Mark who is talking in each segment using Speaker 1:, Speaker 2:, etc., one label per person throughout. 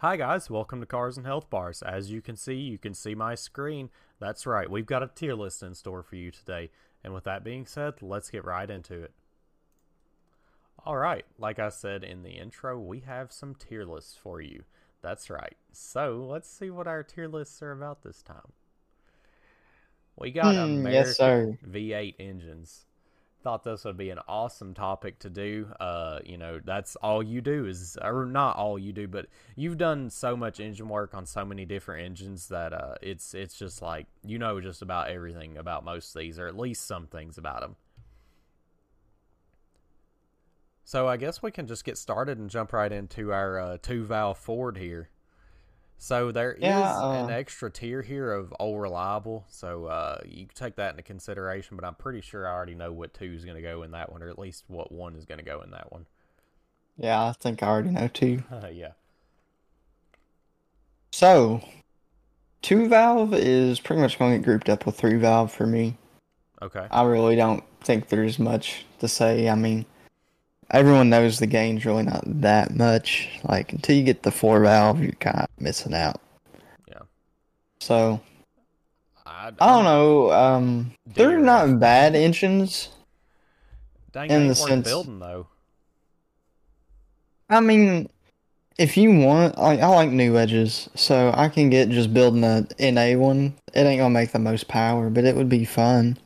Speaker 1: Hi guys, welcome to Cars and Health Bars. As you can see, you can see my screen. That's right, we've got a tier list in store for you today. And with that being said, let's get right into it. Alright, like I said in the intro, we have some tier lists for you. That's right. So let's see what our tier lists are about this time. We got
Speaker 2: Hmm,
Speaker 1: American
Speaker 2: yes, sir.
Speaker 1: V8 engines. Thought this would be an awesome topic to do. Uh, you know, that's all you do is, or not all you do, but you've done so much engine work on so many different engines that uh, it's it's just like you know just about everything about most of these, or at least some things about them. So I guess we can just get started and jump right into our uh, two valve Ford here. So there is
Speaker 2: Yeah,
Speaker 1: an
Speaker 2: uh,
Speaker 1: extra tier here of old reliable. So uh, you can take that into consideration, but I'm pretty sure I already know what two is going to go in that one, or at least what one is going to go in that one.
Speaker 2: Yeah, I think I already know too.
Speaker 1: yeah.
Speaker 2: So, two valve is pretty much going to get grouped up with three valve for me.
Speaker 1: Okay.
Speaker 2: I really don't think there's much to say. I mean, everyone knows the gain's really not that much. Like until you get the four valve, you're kind of missing out.
Speaker 1: Yeah.
Speaker 2: So
Speaker 1: I,
Speaker 2: I don't know. Um, they're
Speaker 1: Dear.
Speaker 2: not bad engines.
Speaker 1: Dang,
Speaker 2: in
Speaker 1: they ain't
Speaker 2: the
Speaker 1: worth
Speaker 2: sense-
Speaker 1: building though.
Speaker 2: I mean, if you want, like I like new edges, so I can get just building a NA one. It ain't gonna make the most power, but it would be fun.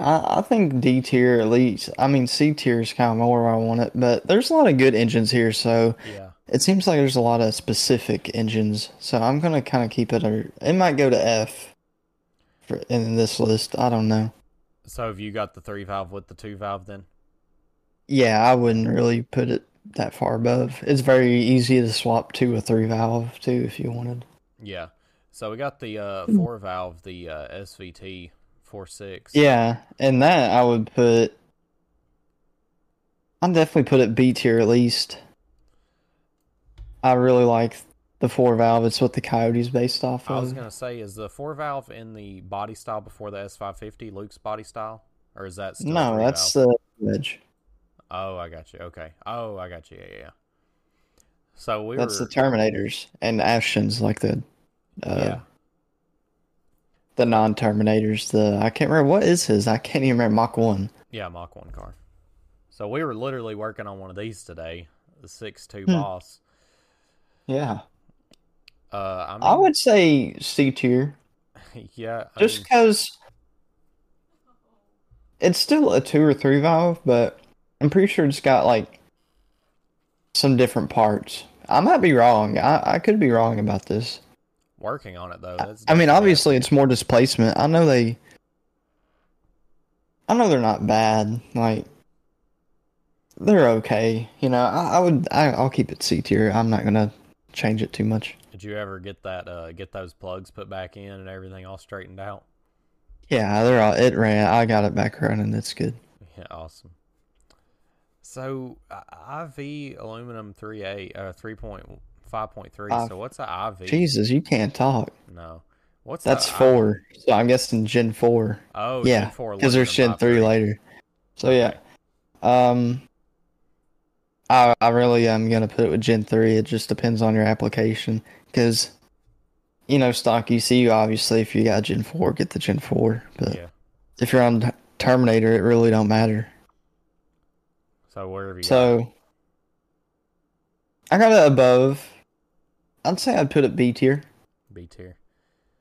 Speaker 2: I, I think D tier at least. I mean C tier is kind of more where I want it, but there's a lot of good engines here, so
Speaker 1: Yeah.
Speaker 2: it seems like there's a lot of specific engines. So I'm gonna kind of keep it. Or it might go to F for, in this list. I don't know.
Speaker 1: So have you got the three valve with the two valve then?
Speaker 2: Yeah, I wouldn't really put it that far above. It's very easy to swap to a three valve too if you wanted.
Speaker 1: Yeah. So we got the uh,
Speaker 2: Mm.
Speaker 1: four valve, the uh, SVT four six.
Speaker 2: Yeah, and that I would put. I'd definitely put it B tier at least. I really like the four valve. It's what the Coyote's based off
Speaker 1: I was
Speaker 2: of.
Speaker 1: gonna say, is the four valve in the body style before the S five fifty Luke's body style, or is that still
Speaker 2: No,
Speaker 1: three
Speaker 2: that's
Speaker 1: valve?
Speaker 2: the edge.
Speaker 1: Oh, I got you. Okay. Oh, I got you. Yeah, yeah. yeah. So we
Speaker 2: That's the
Speaker 1: were.
Speaker 2: Terminators and Ashton's like the uh,
Speaker 1: yeah.
Speaker 2: the non-Terminators. The I can't remember what is his. I can't even remember Mach one.
Speaker 1: Yeah, Mach 1 car. So we were literally working on one of these today, the six two
Speaker 2: Hmm.
Speaker 1: Boss.
Speaker 2: Yeah,
Speaker 1: Uh, I mean,
Speaker 2: I would say C tier.
Speaker 1: yeah, I
Speaker 2: just
Speaker 1: mean,
Speaker 2: because it's still a two or three valve, but I'm pretty sure it's got like some different parts. I might be wrong. I, I could be wrong about this.
Speaker 1: working on it though. That's
Speaker 2: I mean,
Speaker 1: definitely up
Speaker 2: obviously,
Speaker 1: there.
Speaker 2: it's more displacement. I know they, I know they're not bad. Like they're okay. You know, I, I would, I, I'll keep it C tier. I'm not gonna change it too much.
Speaker 1: Did you ever get that? Uh, get those plugs put back in and everything all straightened out?
Speaker 2: Yeah, they're all. It ran. I got it back running. It's good.
Speaker 1: Yeah, awesome. So uh, IV aluminum three eight uh three point five point three.
Speaker 2: Five.
Speaker 1: So what's a IV?
Speaker 2: Jesus, you can't talk.
Speaker 1: No, what's a
Speaker 2: That's
Speaker 1: I-
Speaker 2: four. So I'm guessing Gen four.
Speaker 1: Oh,
Speaker 2: Yeah,
Speaker 1: Gen four
Speaker 2: because there's
Speaker 1: aluminum
Speaker 2: Shin three
Speaker 1: 5.3.
Speaker 2: later. So yeah,
Speaker 1: Okay.
Speaker 2: um, I I really am gonna put it with Gen three. It just depends on your application, because you know stock ECU obviously if you got Gen four, get the Gen four. But
Speaker 1: Yeah.
Speaker 2: if you're on T- Terminator, it really don't matter.
Speaker 1: So wherever you got it.
Speaker 2: So I got it above. I'd say I'd put it B tier.
Speaker 1: B tier.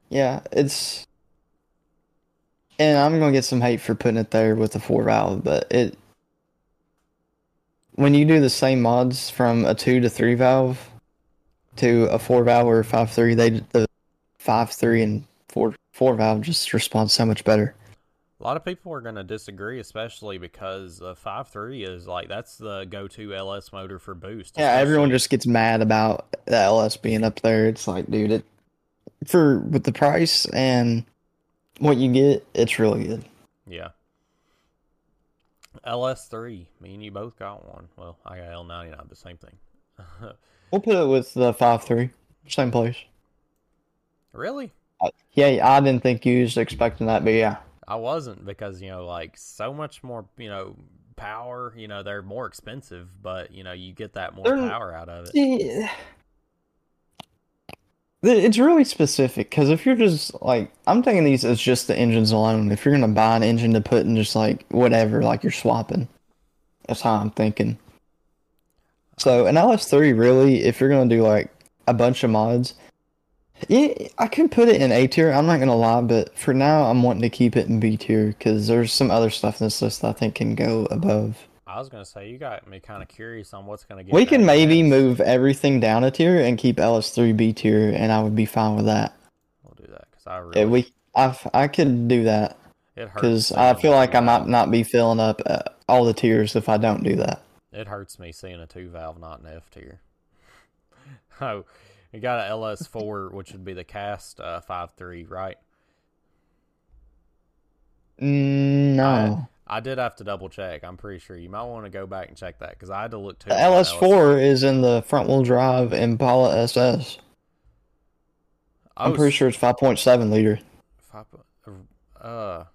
Speaker 2: Yeah, it's. And I'm gonna get some hate for putting it there with the four valve, but it when you do the same mods from a two to three valve to a four valve or a five three, they the five three and four four valve just respond so much better.
Speaker 1: A lot of people are going to disagree, especially because the five three is like that's the go to LS motor for boost.
Speaker 2: Yeah, everyone
Speaker 1: especially-
Speaker 2: just gets mad about the LS being up there. It's like, dude, it for with the price and what you get, it's really good.
Speaker 1: Yeah. LS three. Me and you both got one. Well, I got L ninety nine, the same thing.
Speaker 2: We'll put it with the five three, same place.
Speaker 1: really?
Speaker 2: Yeah, I didn't think you was expecting that, but yeah.
Speaker 1: I wasn't because you know, like so much more, you know, power. You know, they're more expensive, but you know, you get that more
Speaker 2: They're-
Speaker 1: power out of it.
Speaker 2: See, Th- It's really specific because if you're just like, I'm taking these as just the engines alone. If you're gonna buy an engine to put in just like whatever, like you're swapping, that's how I'm thinking. So an LS3 really, if you're gonna do like a bunch of mods, yeah, I could put it in A tier. I'm not gonna lie, but for now, I'm wanting to keep it in B tier because there's some other stuff in this list that I think can go above.
Speaker 1: I was gonna say you got me kind of curious on what's gonna get.
Speaker 2: We
Speaker 1: that
Speaker 2: can maybe
Speaker 1: next.
Speaker 2: move everything down a tier and keep LS3 B tier, and I would be fine with that.
Speaker 1: We'll do that because I really
Speaker 2: Yeah, we, I, f- I could do that
Speaker 1: it hurts.
Speaker 2: because
Speaker 1: seeing
Speaker 2: I
Speaker 1: a
Speaker 2: feel like I might
Speaker 1: two-valve-
Speaker 2: not be filling up uh, all the tiers if I don't do that.
Speaker 1: It hurts me seeing a two valve not an F tier. oh, you got a LS4, which would be the cast uh, five three, right?
Speaker 2: Mm, No,
Speaker 1: I did have to double check. I'm pretty sure you might want to go back and check that because I had to look too.
Speaker 2: the
Speaker 1: on the
Speaker 2: LS4 is in the front wheel drive Impala SS. I'm
Speaker 1: Oh,
Speaker 2: pretty
Speaker 1: s-
Speaker 2: sure it's 5.7 liter.
Speaker 1: if I put- Uh,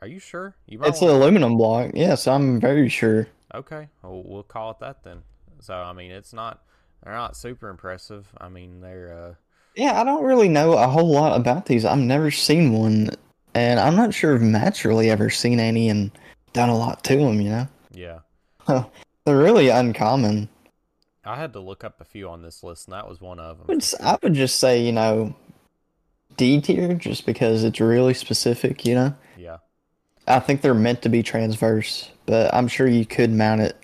Speaker 1: are you sure? You might
Speaker 2: It's the
Speaker 1: wanna-
Speaker 2: aluminum block. Yes, I'm very sure.
Speaker 1: Okay, well, we'll call it that then. So I mean, it's not they're not super impressive. I mean, they're uh,
Speaker 2: Yeah, I don't really know a whole lot about these. I've never seen one, and I'm not sure if Matt's really ever seen any and done a lot to them, you know?
Speaker 1: uh yeah.
Speaker 2: They're really uncommon.
Speaker 1: I had to look up a few on this list, and that was one of
Speaker 2: I would,
Speaker 1: them.
Speaker 2: s- I would just say, you know, D tier just because it's really specific, you know?
Speaker 1: Yeah,
Speaker 2: I think they're meant to be transverse, but I'm sure you could mount it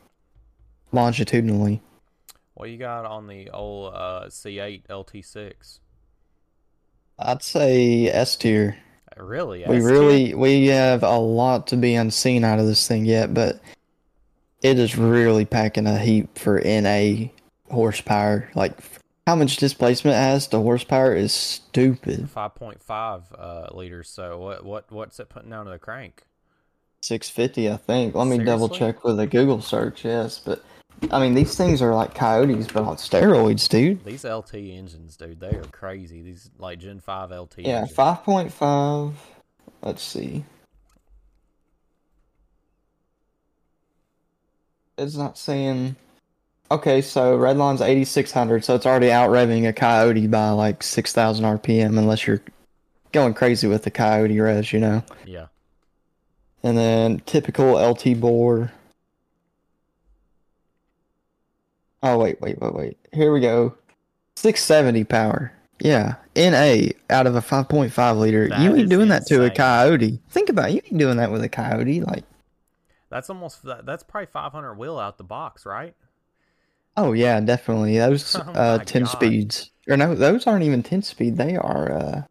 Speaker 2: longitudinally.
Speaker 1: what you got on the old uh, C8 LT6?
Speaker 2: I'd say S tier.
Speaker 1: Really?
Speaker 2: We
Speaker 1: S tier?
Speaker 2: really we have a lot to be unseen out of this thing yet, but it is really packing a heap for NA horsepower. Like f- how much displacement it has to horsepower is stupid.
Speaker 1: 5.5 uh, liters. So what what what's it putting down to the crank?
Speaker 2: Six fifty, I think. Let me double
Speaker 1: Seriously?
Speaker 2: check with a Google search. Yes, but I mean these things are like coyotes, but on steroids, dude.
Speaker 1: These LT engines, dude, they are crazy. These like Gen 5 LT.
Speaker 2: Yeah,
Speaker 1: engines.
Speaker 2: five point five. Let's see. It's not saying. Okay, so Redline's eighty six hundred, so it's already out revving a Coyote by like six thousand RPM, unless you're going crazy with the Coyote res, you know.
Speaker 1: Yeah.
Speaker 2: And then typical LT bore. Oh wait, wait, wait, wait. Here we go. 670 power. Yeah, NA out of a 5.5 liter.
Speaker 1: That
Speaker 2: you
Speaker 1: is
Speaker 2: ain't doing that to a
Speaker 1: insane.
Speaker 2: coyote. Think about it. You ain't doing that with a coyote. Like,
Speaker 1: That's almost that, that's probably 500 wheel out the box, right?
Speaker 2: oh yeah, definitely. Those
Speaker 1: Oh
Speaker 2: uh
Speaker 1: my
Speaker 2: 10
Speaker 1: God.
Speaker 2: speeds. Or no, those aren't even 10 speed. They are uh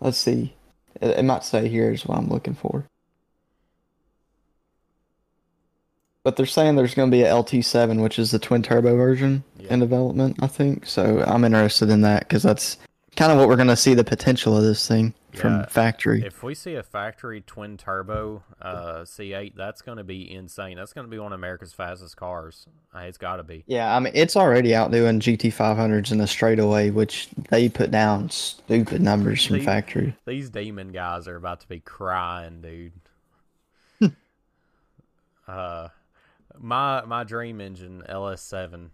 Speaker 2: let's see. It, it might say here is what I'm looking for. But they're saying there's going to be a LT7, which is the twin turbo version
Speaker 1: Yeah.
Speaker 2: in development, I think. So I'm interested in that because that's kind of what we're going to see the potential of this thing
Speaker 1: Yeah.
Speaker 2: from factory.
Speaker 1: If we see a factory twin turbo uh, C8, that's going to be insane. That's going to be one of America's fastest cars. Uh, It's got to be.
Speaker 2: yeah, I mean it's already outdoing GT500s in the straightaway, which they put down stupid numbers from
Speaker 1: They-
Speaker 2: factory.
Speaker 1: These demon guys are about to be crying, dude. uh, my my dream engine LS7,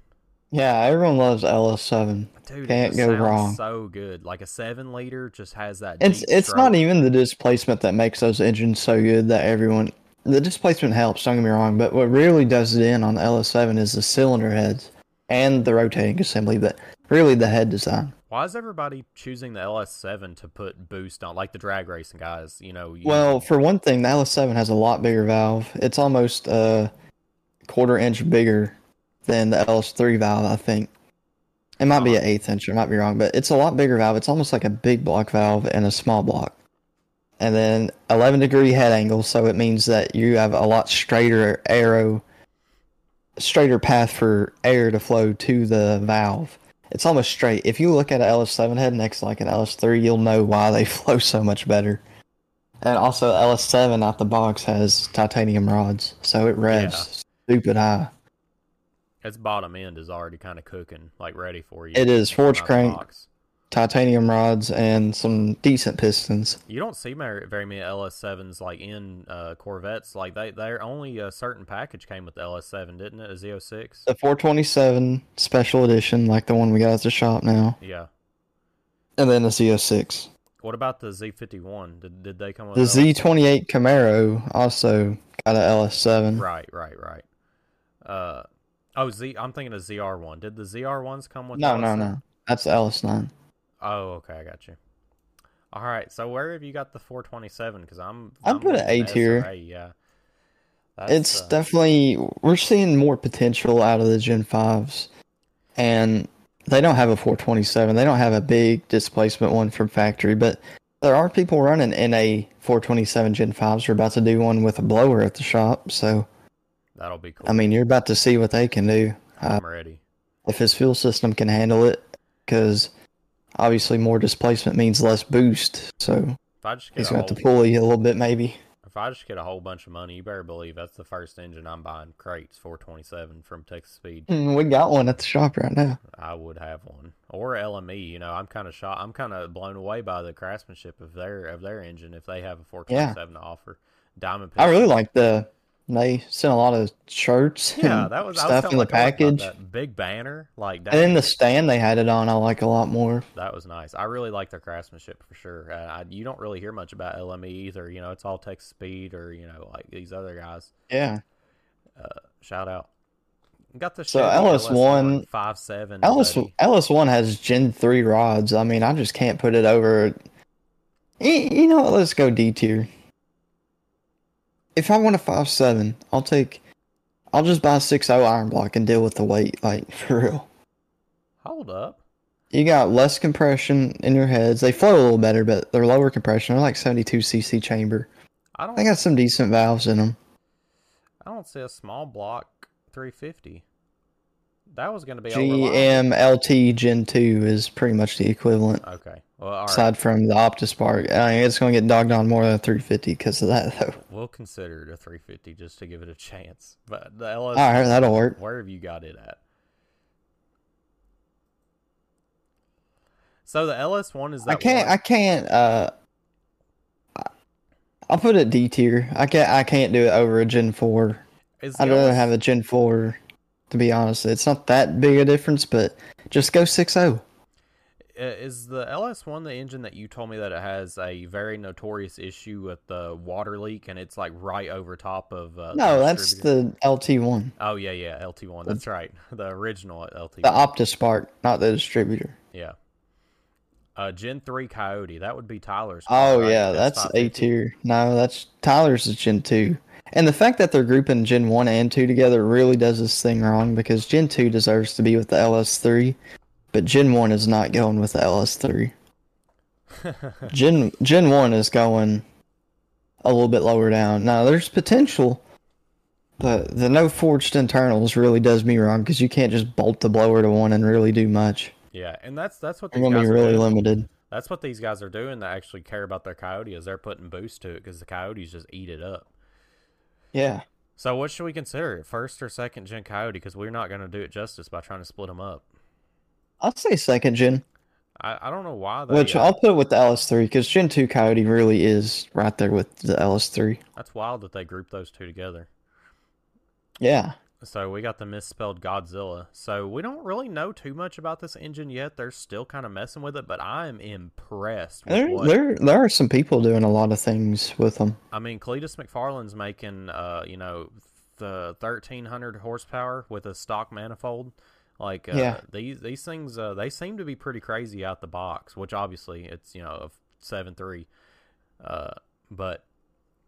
Speaker 2: Yeah, everyone loves LS7.
Speaker 1: dude. it
Speaker 2: Can't
Speaker 1: just
Speaker 2: go
Speaker 1: sounds
Speaker 2: wrong.
Speaker 1: So good, like a seven liter just has that.
Speaker 2: It's
Speaker 1: deep
Speaker 2: it's not
Speaker 1: throat.
Speaker 2: even the displacement that makes those engines so good that everyone the displacement helps, don't get me wrong, but what really does it in on the LS7 is the cylinder heads and the rotating assembly, but really the head design.
Speaker 1: Why is everybody choosing the LS7 to put boost on, like the drag racing guys? You know, you,
Speaker 2: Well, for one thing, the LS7 has a lot bigger valve. It's almost a quarter inch bigger than the LS3 valve, I think. It might be an eighth inch, I might be wrong, but it's a lot bigger valve. It's almost like a big block valve and a small block. And then 11 degree head angle, so it means that you have a lot straighter arrow, straighter path for air to flow to the valve. It's almost straight. If you look at an LS7 head next to like an LS3, you'll know why they flow so much better. And also LS7 out the box has titanium rods, so it revs stupid high.
Speaker 1: its bottom end is already kind of cooking, like ready for you.
Speaker 2: It is
Speaker 1: out
Speaker 2: forged
Speaker 1: of the
Speaker 2: crank.
Speaker 1: box.
Speaker 2: titanium rods, and some decent pistons.
Speaker 1: You don't see very, very many LS7s like in uh, Corvettes. Like they, their only uh, certain package came with the LS7, didn't it? A Z06.
Speaker 2: The 427 special edition, like the one we got at the shop now,
Speaker 1: Yeah.
Speaker 2: and then the Z06.
Speaker 1: What about the Z51? Did, did they come with
Speaker 2: The
Speaker 1: a-
Speaker 2: Z28 Camaro also got a LS7.
Speaker 1: Right, right, right. Uh, oh, Z. I'm thinking of ZR1. Did the ZR1s come with?
Speaker 2: No, no,
Speaker 1: LS7?
Speaker 2: no. That's the LS9.
Speaker 1: Oh, okay, I got you. All right, so where have you got the 427? Because I'm
Speaker 2: I'd put it
Speaker 1: looking
Speaker 2: A
Speaker 1: at
Speaker 2: tier.
Speaker 1: SRA, Yeah,
Speaker 2: It's
Speaker 1: uh,
Speaker 2: definitely we're seeing more potential out of the Gen 5s. And they don't have a 427. They don't have a big displacement one from factory, but there are people running NA 427 Gen 5s. We're about to do one with a blower at the shop, so
Speaker 1: that'll be cool.
Speaker 2: I mean, uh, you're about to see what they can do
Speaker 1: I'm ready.
Speaker 2: if his fuel system can handle it cuz obviously more displacement means less boost. So
Speaker 1: If I just
Speaker 2: he's
Speaker 1: get a
Speaker 2: going to
Speaker 1: whole,
Speaker 2: have to pulley a little bit maybe.
Speaker 1: if I just get a whole bunch of money, you better believe that's the first engine I'm buying. Crates 427 from Texas Speed.
Speaker 2: Mm, We got one at the shop right now.
Speaker 1: I would have one or LME. You know, I'm kind of shocked. I'm kind of blown away by the craftsmanship of their of their engine if they have a 427 to offer. Diamond.
Speaker 2: I really
Speaker 1: piston.
Speaker 2: like the. They sent a lot of shirts
Speaker 1: Yeah,
Speaker 2: and
Speaker 1: that was I was
Speaker 2: stuff
Speaker 1: telling
Speaker 2: in the
Speaker 1: my girl about
Speaker 2: package, and
Speaker 1: that Big banner, like that.
Speaker 2: then the stand they had it on. I like a lot more.
Speaker 1: That was nice. I really like their craftsmanship for sure. Uh, I, you don't really hear much about LME either. You know, it's all Texas Speed or you know like these other guys.
Speaker 2: Yeah,
Speaker 1: Shout out. Got the
Speaker 2: So
Speaker 1: Chevy
Speaker 2: LS1
Speaker 1: five seven
Speaker 2: LS
Speaker 1: buddy.
Speaker 2: LS one has Gen three rods. I mean, I just can't put it over. Y- You know, what? let's go D tier. If I want a five seven, I'll take. I'll just buy six O iron block and deal with the weight. Like for real,
Speaker 1: Hold up.
Speaker 2: you got less compression in your heads. They flow a little better, but they're lower compression. They're like seventy two cc chamber.
Speaker 1: I don't.
Speaker 2: They got some decent valves in them.
Speaker 1: I don't see a small block three fifty. That was going to be over line.
Speaker 2: GMLT Gen 2 is pretty much the equivalent,
Speaker 1: Okay. Well, all right.
Speaker 2: aside from the Optus part. I mean, it's going to get dogged on more than 350 because of that, though.
Speaker 1: We'll consider it a three fifty just to give it a chance. But the LS.
Speaker 2: All right, that'll work.
Speaker 1: Where have you got it at? So the LS one is that
Speaker 2: I can't.
Speaker 1: one-
Speaker 2: I can't. Uh, I- I'll put it D tier. I can't. I can't do it over a Gen 4.
Speaker 1: is the
Speaker 2: I'd rather
Speaker 1: LS
Speaker 2: have a Gen 4. To be honest, it's not that big a difference, but just go oh. 6.0.
Speaker 1: uh, is the LS one the engine that you told me that it has a very notorious issue with the water leak and it's like right over top of uh, the
Speaker 2: No, that's
Speaker 1: distributor?
Speaker 2: the LT one,
Speaker 1: oh yeah yeah LT one that's right the original LT
Speaker 2: the Optus part, not the distributor.
Speaker 1: yeah uh Gen three Coyote that would be Tyler's car,
Speaker 2: Oh
Speaker 1: right?
Speaker 2: yeah, that's A
Speaker 1: 550.
Speaker 2: tier. No, that's Tyler's is Gen two, and the fact that they're grouping Gen one and two together really does this thing wrong because Gen two deserves to be with the LS three, but Gen one is not going with the LS three. Gen Gen one is going a little bit lower down. Now there's potential, but the no forged internals really does me wrong because you can't just bolt the blower to one and really do much.
Speaker 1: yeah and that's that's what
Speaker 2: You're
Speaker 1: these
Speaker 2: gonna be
Speaker 1: guys are
Speaker 2: really
Speaker 1: doing.
Speaker 2: limited.
Speaker 1: That's what these guys are doing that actually care about their coyote is they're putting boost to it because the coyotes just eat it up.
Speaker 2: Yeah.
Speaker 1: So what should we consider? First or second gen coyote? Because we're not going to do it justice by trying to split them up.
Speaker 2: I'll say second gen.
Speaker 1: I, I don't know why they.
Speaker 2: Which
Speaker 1: uh,
Speaker 2: I'll put with the LS3 because Gen 2 Coyote really is right there with the LS3.
Speaker 1: that's wild that they grouped those two together.
Speaker 2: Yeah.
Speaker 1: So we got the misspelled Godzilla. So we don't really know too much about this engine yet. They're still kind of messing with it, but I am impressed with
Speaker 2: There,
Speaker 1: what
Speaker 2: there, there are some people doing a lot of things with them.
Speaker 1: I mean, Cletus McFarland's making, uh, you know, the thirteen hundred horsepower with a stock manifold. Like, uh,
Speaker 2: Yeah.
Speaker 1: these these things, uh, they seem to be pretty crazy out the box. Which obviously, it's you know, a seven three, uh, but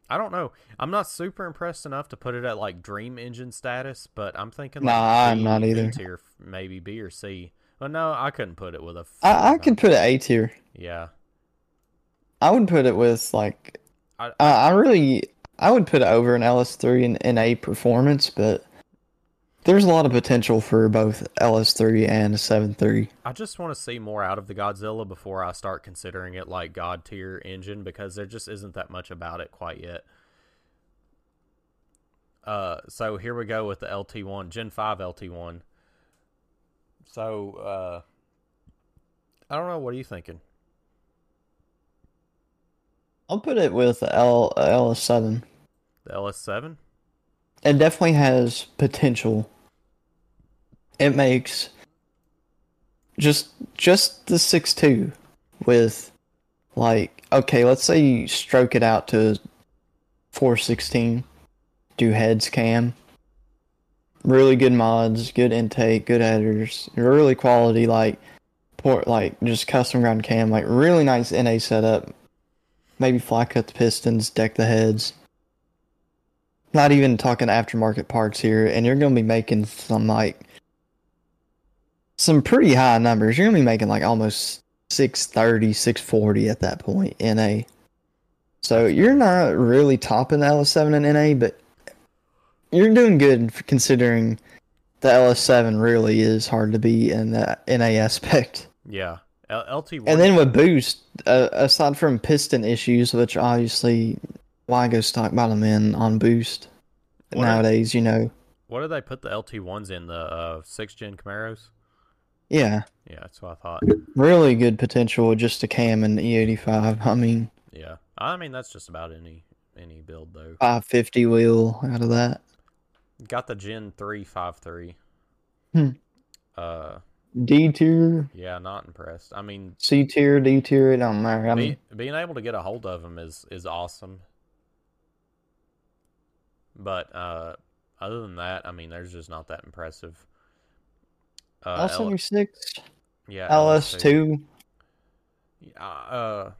Speaker 1: I don't know. I'm not super impressed enough to put it at like dream engine status, but I'm thinking like
Speaker 2: Nah, I'm
Speaker 1: B,
Speaker 2: not
Speaker 1: B
Speaker 2: either.
Speaker 1: tier, maybe B or C. But no, I couldn't put it with a.
Speaker 2: I, I
Speaker 1: freaking-
Speaker 2: could put it A tier.
Speaker 1: Yeah,
Speaker 2: I would put it with like
Speaker 1: I-
Speaker 2: I, I really I would put it over an LS3 and, and A performance, but there's a lot of potential for both LS3 and a 7.3.
Speaker 1: I just want to see more out of the Godzilla before I start considering it like god tier engine because there just isn't that much about it quite yet. Uh, so here we go with the LT1 Gen 5 LT1. So uh, I don't know. What are you thinking?
Speaker 2: I'll put it with the L LS seven.
Speaker 1: The LS7?
Speaker 2: It definitely has potential. It makes just just the six two with like okay, let's say you stroke it out to four sixteen, do heads cam. Really good mods, good intake, good headers, really quality like port like just custom ground cam, like really nice NA setup. Maybe fly cut the pistons, deck the heads. Not even talking aftermarket parts here, and you're gonna be making some like some pretty high numbers. You're gonna be making like almost 630, 640 at that point NA. So you're not really topping the LS7 in NA, but you're doing good for considering the LS7 really is hard to beat in the NA aspect.
Speaker 1: Yeah. L- LT1.
Speaker 2: And then with boost, uh, aside from piston issues, which obviously why go stock bottom in on boost
Speaker 1: What are-
Speaker 2: nowadays, you know?
Speaker 1: what did they put the LT1s in? The uh, 6 gen Camaros?
Speaker 2: Yeah,
Speaker 1: Yeah, that's what I thought.
Speaker 2: really good potential with just a cam and E85. I mean,
Speaker 1: Yeah. I mean, that's just about any any build, though.
Speaker 2: 550 wheel out of that.
Speaker 1: Got the Gen 353.
Speaker 2: Hmm.
Speaker 1: Uh,
Speaker 2: D tier,
Speaker 1: yeah, not impressed. I mean,
Speaker 2: C tier, D tier, it don't matter. I mean,
Speaker 1: be, being able to get a hold of them is is awesome. But uh, other than that, I mean, there's just not that impressive. Uh, L-
Speaker 2: L76,
Speaker 1: yeah,
Speaker 2: LS2.
Speaker 1: Uh, uh,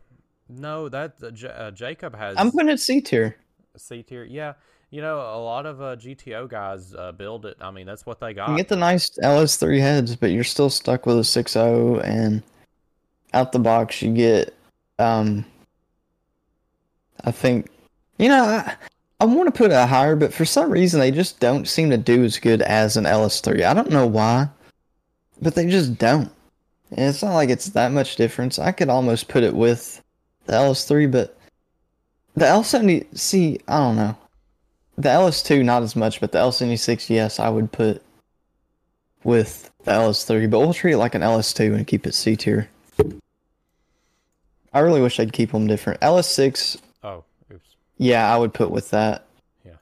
Speaker 1: no, that uh, J- uh, Jacob has
Speaker 2: I'm putting it C tier.
Speaker 1: C tier. Yeah, you know, a lot of uh, GTO guys uh, build it. I mean, that's what they
Speaker 2: You
Speaker 1: got.
Speaker 2: get the nice LS3 heads, but you're still stuck with a 6.0, and out the box you get, um, I think, you know, I, I want to put it higher, but for some reason they just don't seem to do as good as an LS3. I don't know why, but they just don't. And it's not like it's that much difference. I could almost put it with the LS3, but the L70, see, I don't know. The LS2 not as much, but the L76, yes, I would put with the LS3, but we'll treat it like an LS2 and keep it C tier. I really wish I'd keep them different. LS6,
Speaker 1: Oh, oops.
Speaker 2: yeah, I would put with that.
Speaker 1: Yeah.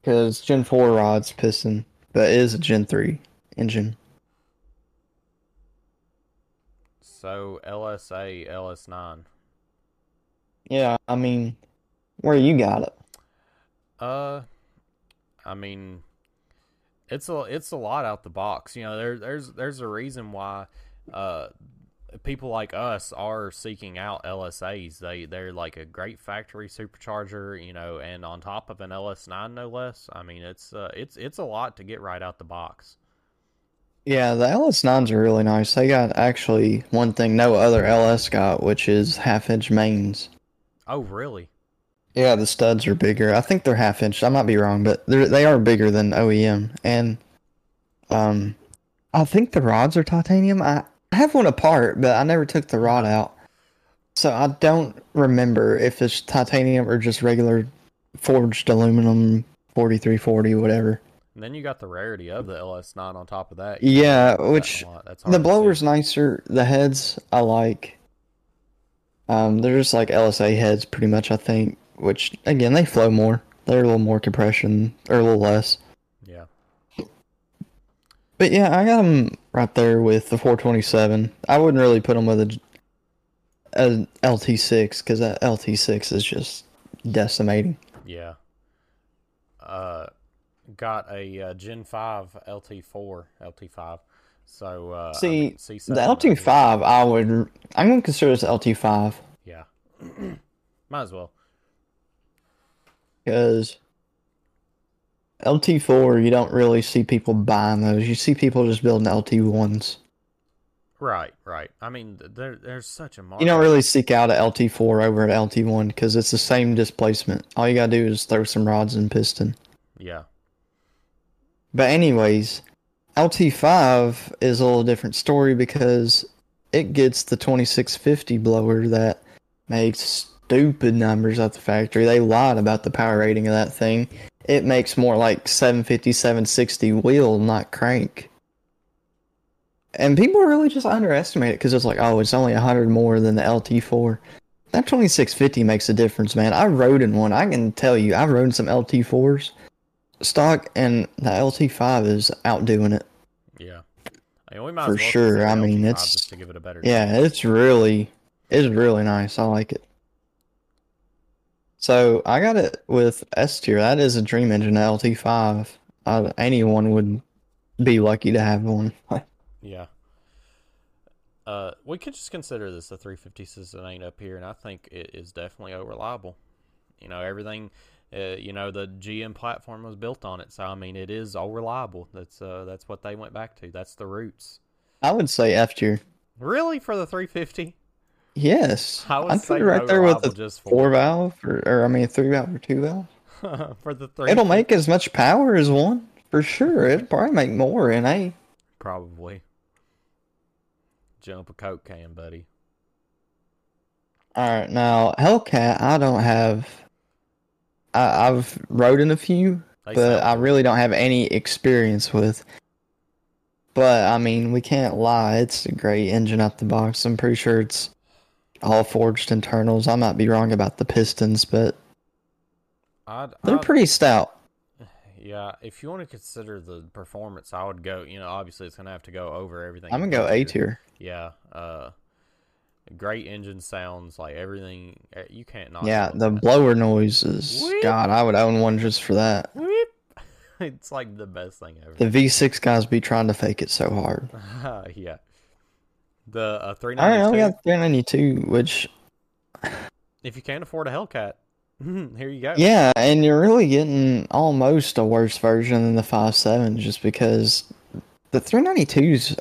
Speaker 2: Because Gen 4 rods piston, but it is a Gen 3 engine.
Speaker 1: So LSA, LS9.
Speaker 2: Yeah, I mean, where you got it.
Speaker 1: Uh, I mean, it's a it's a lot out the box. You know, there there's there's a reason why uh people like us are seeking out LSAs. They they're like a great factory supercharger, you know, and on top of an LS9 no less. I mean, it's uh, it's it's a lot to get right out the box.
Speaker 2: Yeah, the LS9s are really nice. They got actually one thing no other LS got, which is half inch mains.
Speaker 1: Oh, really?
Speaker 2: Yeah, the studs are bigger. I think they're half inch. I might be wrong, but they're they are bigger than OEM. And um, I think the rods are titanium. I, I have one apart, but I never took the rod out, so I don't remember if it's titanium or just regular forged aluminum forty three forty whatever.
Speaker 1: And then you got the rarity of the LS9 on top of that. You
Speaker 2: Yeah,
Speaker 1: got
Speaker 2: which
Speaker 1: a lot. That's hard
Speaker 2: the
Speaker 1: to see.
Speaker 2: blower's nicer. The heads I like. Um, they're just like LSA heads, pretty much. I think. Which again, they flow more. They're a little more compression, or a little less.
Speaker 1: Yeah.
Speaker 2: But yeah, I got them right there with the 427. I wouldn't really put them with a, a LT6 because that LT6 is just decimating.
Speaker 1: Yeah. Uh, got a uh, Gen Five LT4, LT5. So uh, I
Speaker 2: See,
Speaker 1: mean, C7,
Speaker 2: The LT5, I would. I'm gonna consider this LT5
Speaker 1: Yeah. Might as well.
Speaker 2: because LT4 you don't really see people buying those. You see people just building LT1s.
Speaker 1: Right, right. I mean, th- there, there's such a market.
Speaker 2: You don't really seek out a LT4 over an LT1 because it's the same displacement. All you gotta do is throw some rods and piston.
Speaker 1: Yeah.
Speaker 2: But anyways, LT5 is a little different story because it gets the 2650 blower that makes stupid numbers at the factory. They lied about the power rating of that thing. It makes more like 750, 760 wheel, not crank. And people really just underestimate it because it's like, oh, it's only 100 more than the LT4. That 2650 makes a difference, man. I rode in one. I can tell you, I've rode in some LT4s stock, and the LT5 is outdoing it.
Speaker 1: Yeah. I mean, we might
Speaker 2: For
Speaker 1: as well
Speaker 2: sure,
Speaker 1: consider
Speaker 2: I mean,
Speaker 1: LT5
Speaker 2: it's-
Speaker 1: just to give it a better
Speaker 2: Yeah, it's really it's really nice. I like it. So I got it with S tier. That is a dream engine LT five. Uh, anyone would be lucky to have one.
Speaker 1: Yeah. Uh, we could just consider this a 350 system ain't up here, and I think it is definitely overliable. You know, everything, uh, you know, the GM platform was built on it, so I mean, it is all reliable. That's uh, that's what they went back to. That's the roots.
Speaker 2: I would say F tier.
Speaker 1: Really, for the 350,
Speaker 2: Yes,
Speaker 1: I would
Speaker 2: I'd put
Speaker 1: say
Speaker 2: it right there with
Speaker 1: overliable
Speaker 2: the
Speaker 1: just
Speaker 2: four
Speaker 1: for
Speaker 2: valve or, or I mean three valve or two valve.
Speaker 1: for the three.
Speaker 2: It'll make as much power as one for sure. It'll probably make more in A.
Speaker 1: probably jump a coke can, buddy.
Speaker 2: All right, now Hellcat, I don't have. I, I've rode in a few,
Speaker 1: They
Speaker 2: but
Speaker 1: sound
Speaker 2: I
Speaker 1: cool.
Speaker 2: really don't have any experience with. But I mean, we can't lie; it's a great engine out the box. I'm pretty sure it's all forged internals. I might be wrong about the pistons, but
Speaker 1: I'd,
Speaker 2: they're
Speaker 1: I'd-
Speaker 2: pretty stout.
Speaker 1: Yeah, if you want to consider the performance, I would go. You know, obviously it's gonna have to go over everything.
Speaker 2: I'm gonna
Speaker 1: in
Speaker 2: go A
Speaker 1: here.
Speaker 2: tier.
Speaker 1: Yeah, uh, great engine sounds like everything. eh, You can't not.
Speaker 2: Yeah,
Speaker 1: love
Speaker 2: the
Speaker 1: that.
Speaker 2: blower noises.
Speaker 1: Whoop.
Speaker 2: God, I would own one just for that.
Speaker 1: Whoop. It's like the best thing ever.
Speaker 2: The V6 guys be trying to fake it so hard.
Speaker 1: yeah, the uh, three
Speaker 2: All right, I
Speaker 1: ninety
Speaker 2: only
Speaker 1: two.
Speaker 2: got 392, which
Speaker 1: If you can't afford a Hellcat, here you go.
Speaker 2: Yeah, and you're really getting almost a worse version than the 5.7 just because the 392s,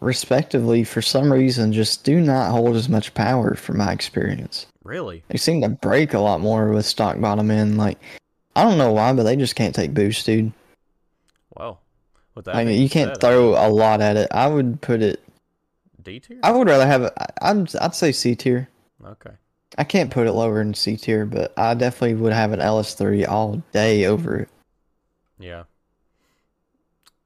Speaker 2: respectively, for some reason, just do not hold as much power from my experience.
Speaker 1: Really?
Speaker 2: They seem to break a lot more with stock bottom end. Like, I don't know why, but they just can't take boost, dude.
Speaker 1: Well, with that,
Speaker 2: Like,
Speaker 1: being
Speaker 2: you can't
Speaker 1: said,
Speaker 2: throw a lot at it. I would put it,
Speaker 1: D tier.
Speaker 2: I would rather have it, I- I'm, I'd say C tier.
Speaker 1: Okay.
Speaker 2: I can't put it lower in C tier, but I definitely would have an LS3 all day over it.
Speaker 1: Yeah.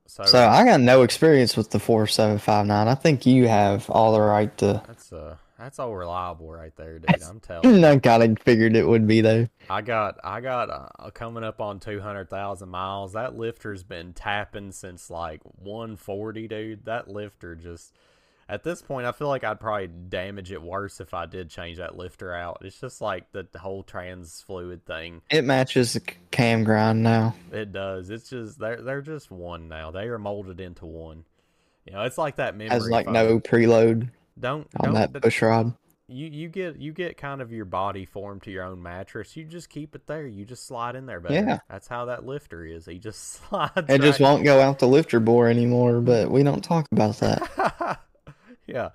Speaker 1: So,
Speaker 2: So I got no experience with the four seven five nine. I think you have all the right to.
Speaker 1: that's uh that's all reliable right there, dude. I'm telling. you.
Speaker 2: I kind of figured it would be though.
Speaker 1: I got I got uh, coming up on two hundred thousand miles. That lifter's been tapping since like one forty, dude. That lifter just at this point, I feel like I'd probably damage it worse if I did change that lifter out. It's just like the whole trans fluid thing.
Speaker 2: It matches the c- cam grind now.
Speaker 1: It does. It's just they're they're just one now. They are molded into one. You know, it's like that memory.
Speaker 2: Has like
Speaker 1: foam.
Speaker 2: no preload
Speaker 1: don't
Speaker 2: on
Speaker 1: don't
Speaker 2: that push rod.
Speaker 1: you you get you get kind of your body formed to your own mattress. You just keep it there. You just slide in there, better.
Speaker 2: Yeah.
Speaker 1: That's how that lifter is. He just slides.
Speaker 2: It just
Speaker 1: right-
Speaker 2: won't go out the lifter bore anymore. But we don't talk about that.
Speaker 1: yeah.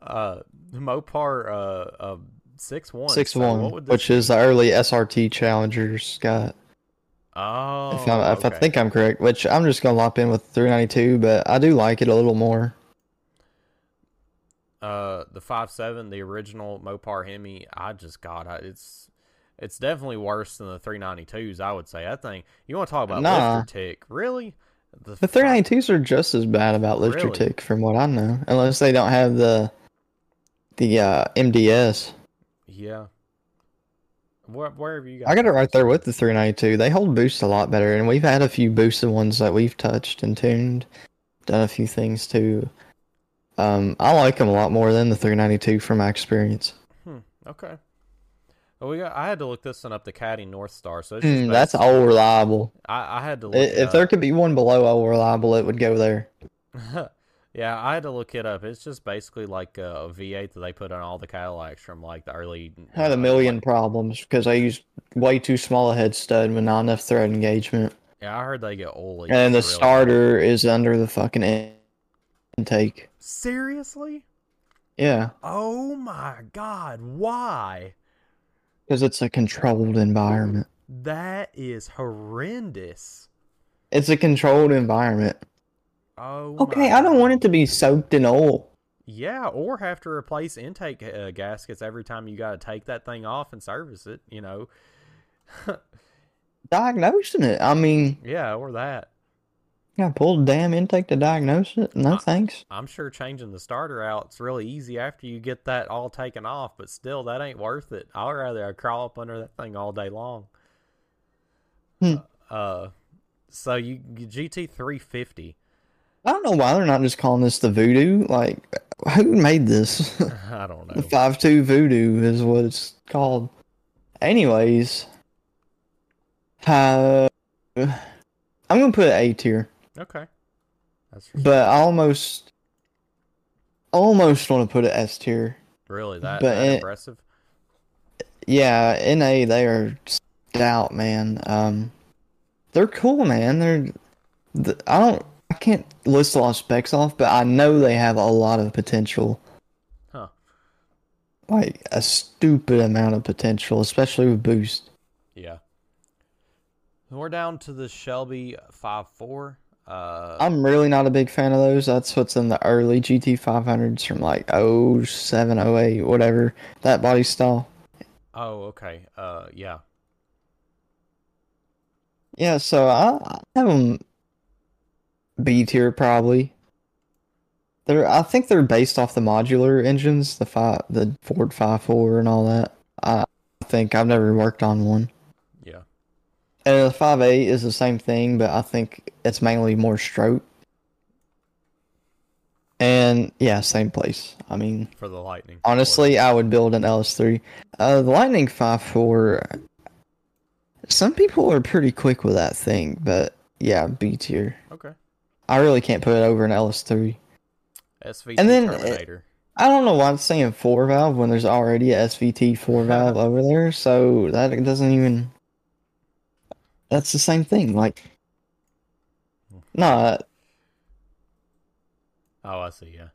Speaker 1: Uh, Mopar uh, uh six one
Speaker 2: Six
Speaker 1: So
Speaker 2: one,
Speaker 1: what would this
Speaker 2: which is uh, the early SRT Challengers got.
Speaker 1: oh
Speaker 2: If, I'm, if I
Speaker 1: okay.
Speaker 2: think I'm correct, which I'm just gonna lop in with 392, but I do like it a little more.
Speaker 1: uh the five seven the original Mopar Hemi I just got I, it's it's definitely worse than the 392s I would say that thing you want to talk about
Speaker 2: Nah.
Speaker 1: lifter tick really
Speaker 2: The 392s are just as bad about lifter
Speaker 1: Really?
Speaker 2: tick, from what I know, unless they don't have the the uh, MDS.
Speaker 1: Yeah. Where, where have you got?
Speaker 2: I got
Speaker 1: that?
Speaker 2: it right there with the 392. They hold boost a lot better, and we've had a few boosted ones that we've touched and tuned, done a few things too. Um, I like them a lot more than the 392 from my experience.
Speaker 1: Hmm, okay. Well, we got, I had to look this one up. The Caddy North Star. So it's just
Speaker 2: Hmm, that's
Speaker 1: based-
Speaker 2: all reliable.
Speaker 1: I, I had to
Speaker 2: I-
Speaker 1: look. it
Speaker 2: If
Speaker 1: up.
Speaker 2: there could be one below all reliable, it would go there.
Speaker 1: yeah, I had to look it up. It's just basically like a V8 that they put on all the Cadillacs from like the early.
Speaker 2: Had
Speaker 1: uh,
Speaker 2: a million
Speaker 1: like-
Speaker 2: problems because I used way too small a head stud with not enough thread engagement.
Speaker 1: yeah, I heard they get oily.
Speaker 2: And the
Speaker 1: It's really bad.
Speaker 2: starter is under the fucking in- intake.
Speaker 1: Seriously?
Speaker 2: Yeah,
Speaker 1: Oh my God! Why?
Speaker 2: because it's a controlled environment.
Speaker 1: That is horrendous.
Speaker 2: It's a controlled environment.
Speaker 1: Oh.
Speaker 2: Okay,
Speaker 1: my
Speaker 2: I don't
Speaker 1: God.
Speaker 2: want it to be soaked in oil.
Speaker 1: Yeah, or have to replace intake uh, gaskets every time you got to take that thing off and service it, you know.
Speaker 2: Diagnosing it. I mean,
Speaker 1: Yeah, or that.
Speaker 2: I pulled the damn intake to diagnose it. No
Speaker 1: Uh,
Speaker 2: thanks.
Speaker 1: I'm sure changing the starter out's really easy after you get that all taken off, but still, that ain't worth it. I'd rather I crawl up under that thing all day long.
Speaker 2: Hmm.
Speaker 1: Uh, so you, you GT 350.
Speaker 2: I don't know why they're not just calling this the voodoo. Like, who made this?
Speaker 1: I don't know.
Speaker 2: The five two voodoo is what it's called. Anyways, uh, I'm gonna put it A tier,
Speaker 1: Okay. That's for
Speaker 2: but I almost, almost want to put it S tier.
Speaker 1: really that,
Speaker 2: but
Speaker 1: that
Speaker 2: it-
Speaker 1: impressive.
Speaker 2: Yeah, NA they are stout, man. Um, they're cool, man. They're, th I don't, I can't list a lot of specs off, but I know they have a lot of potential.
Speaker 1: Huh.
Speaker 2: Like a stupid amount of potential, especially with boost.
Speaker 1: Yeah. We're down to the Shelby 5.4. Uh,
Speaker 2: I'm really not a big fan of those. That's what's in the early GT500s from like 07, 08, whatever. That body style.
Speaker 1: oh, okay. Uh, yeah.
Speaker 2: Yeah, so I, I have them B tier probably. They're I think they're based off the modular engines, the five, the Ford 54 and all that. I think I've never worked on one.
Speaker 1: Yeah.
Speaker 2: And the 58 is the same thing, but I think it's mainly more stroke. And yeah, same place. I mean,
Speaker 1: For the Lightning. of course.
Speaker 2: Honestly, I would build an LS3. Uh, the Lightning 5.4, some people are pretty quick with that thing, but yeah, B tier.
Speaker 1: Okay.
Speaker 2: I really can't put it over an LS3.
Speaker 1: SVT
Speaker 2: And then it-
Speaker 1: Terminator.
Speaker 2: I don't know why it's saying 4 valve when there's already a SVT 4 valve over there, so that doesn't even. That's the same thing. Like, nah,
Speaker 1: oh, I see. Yeah.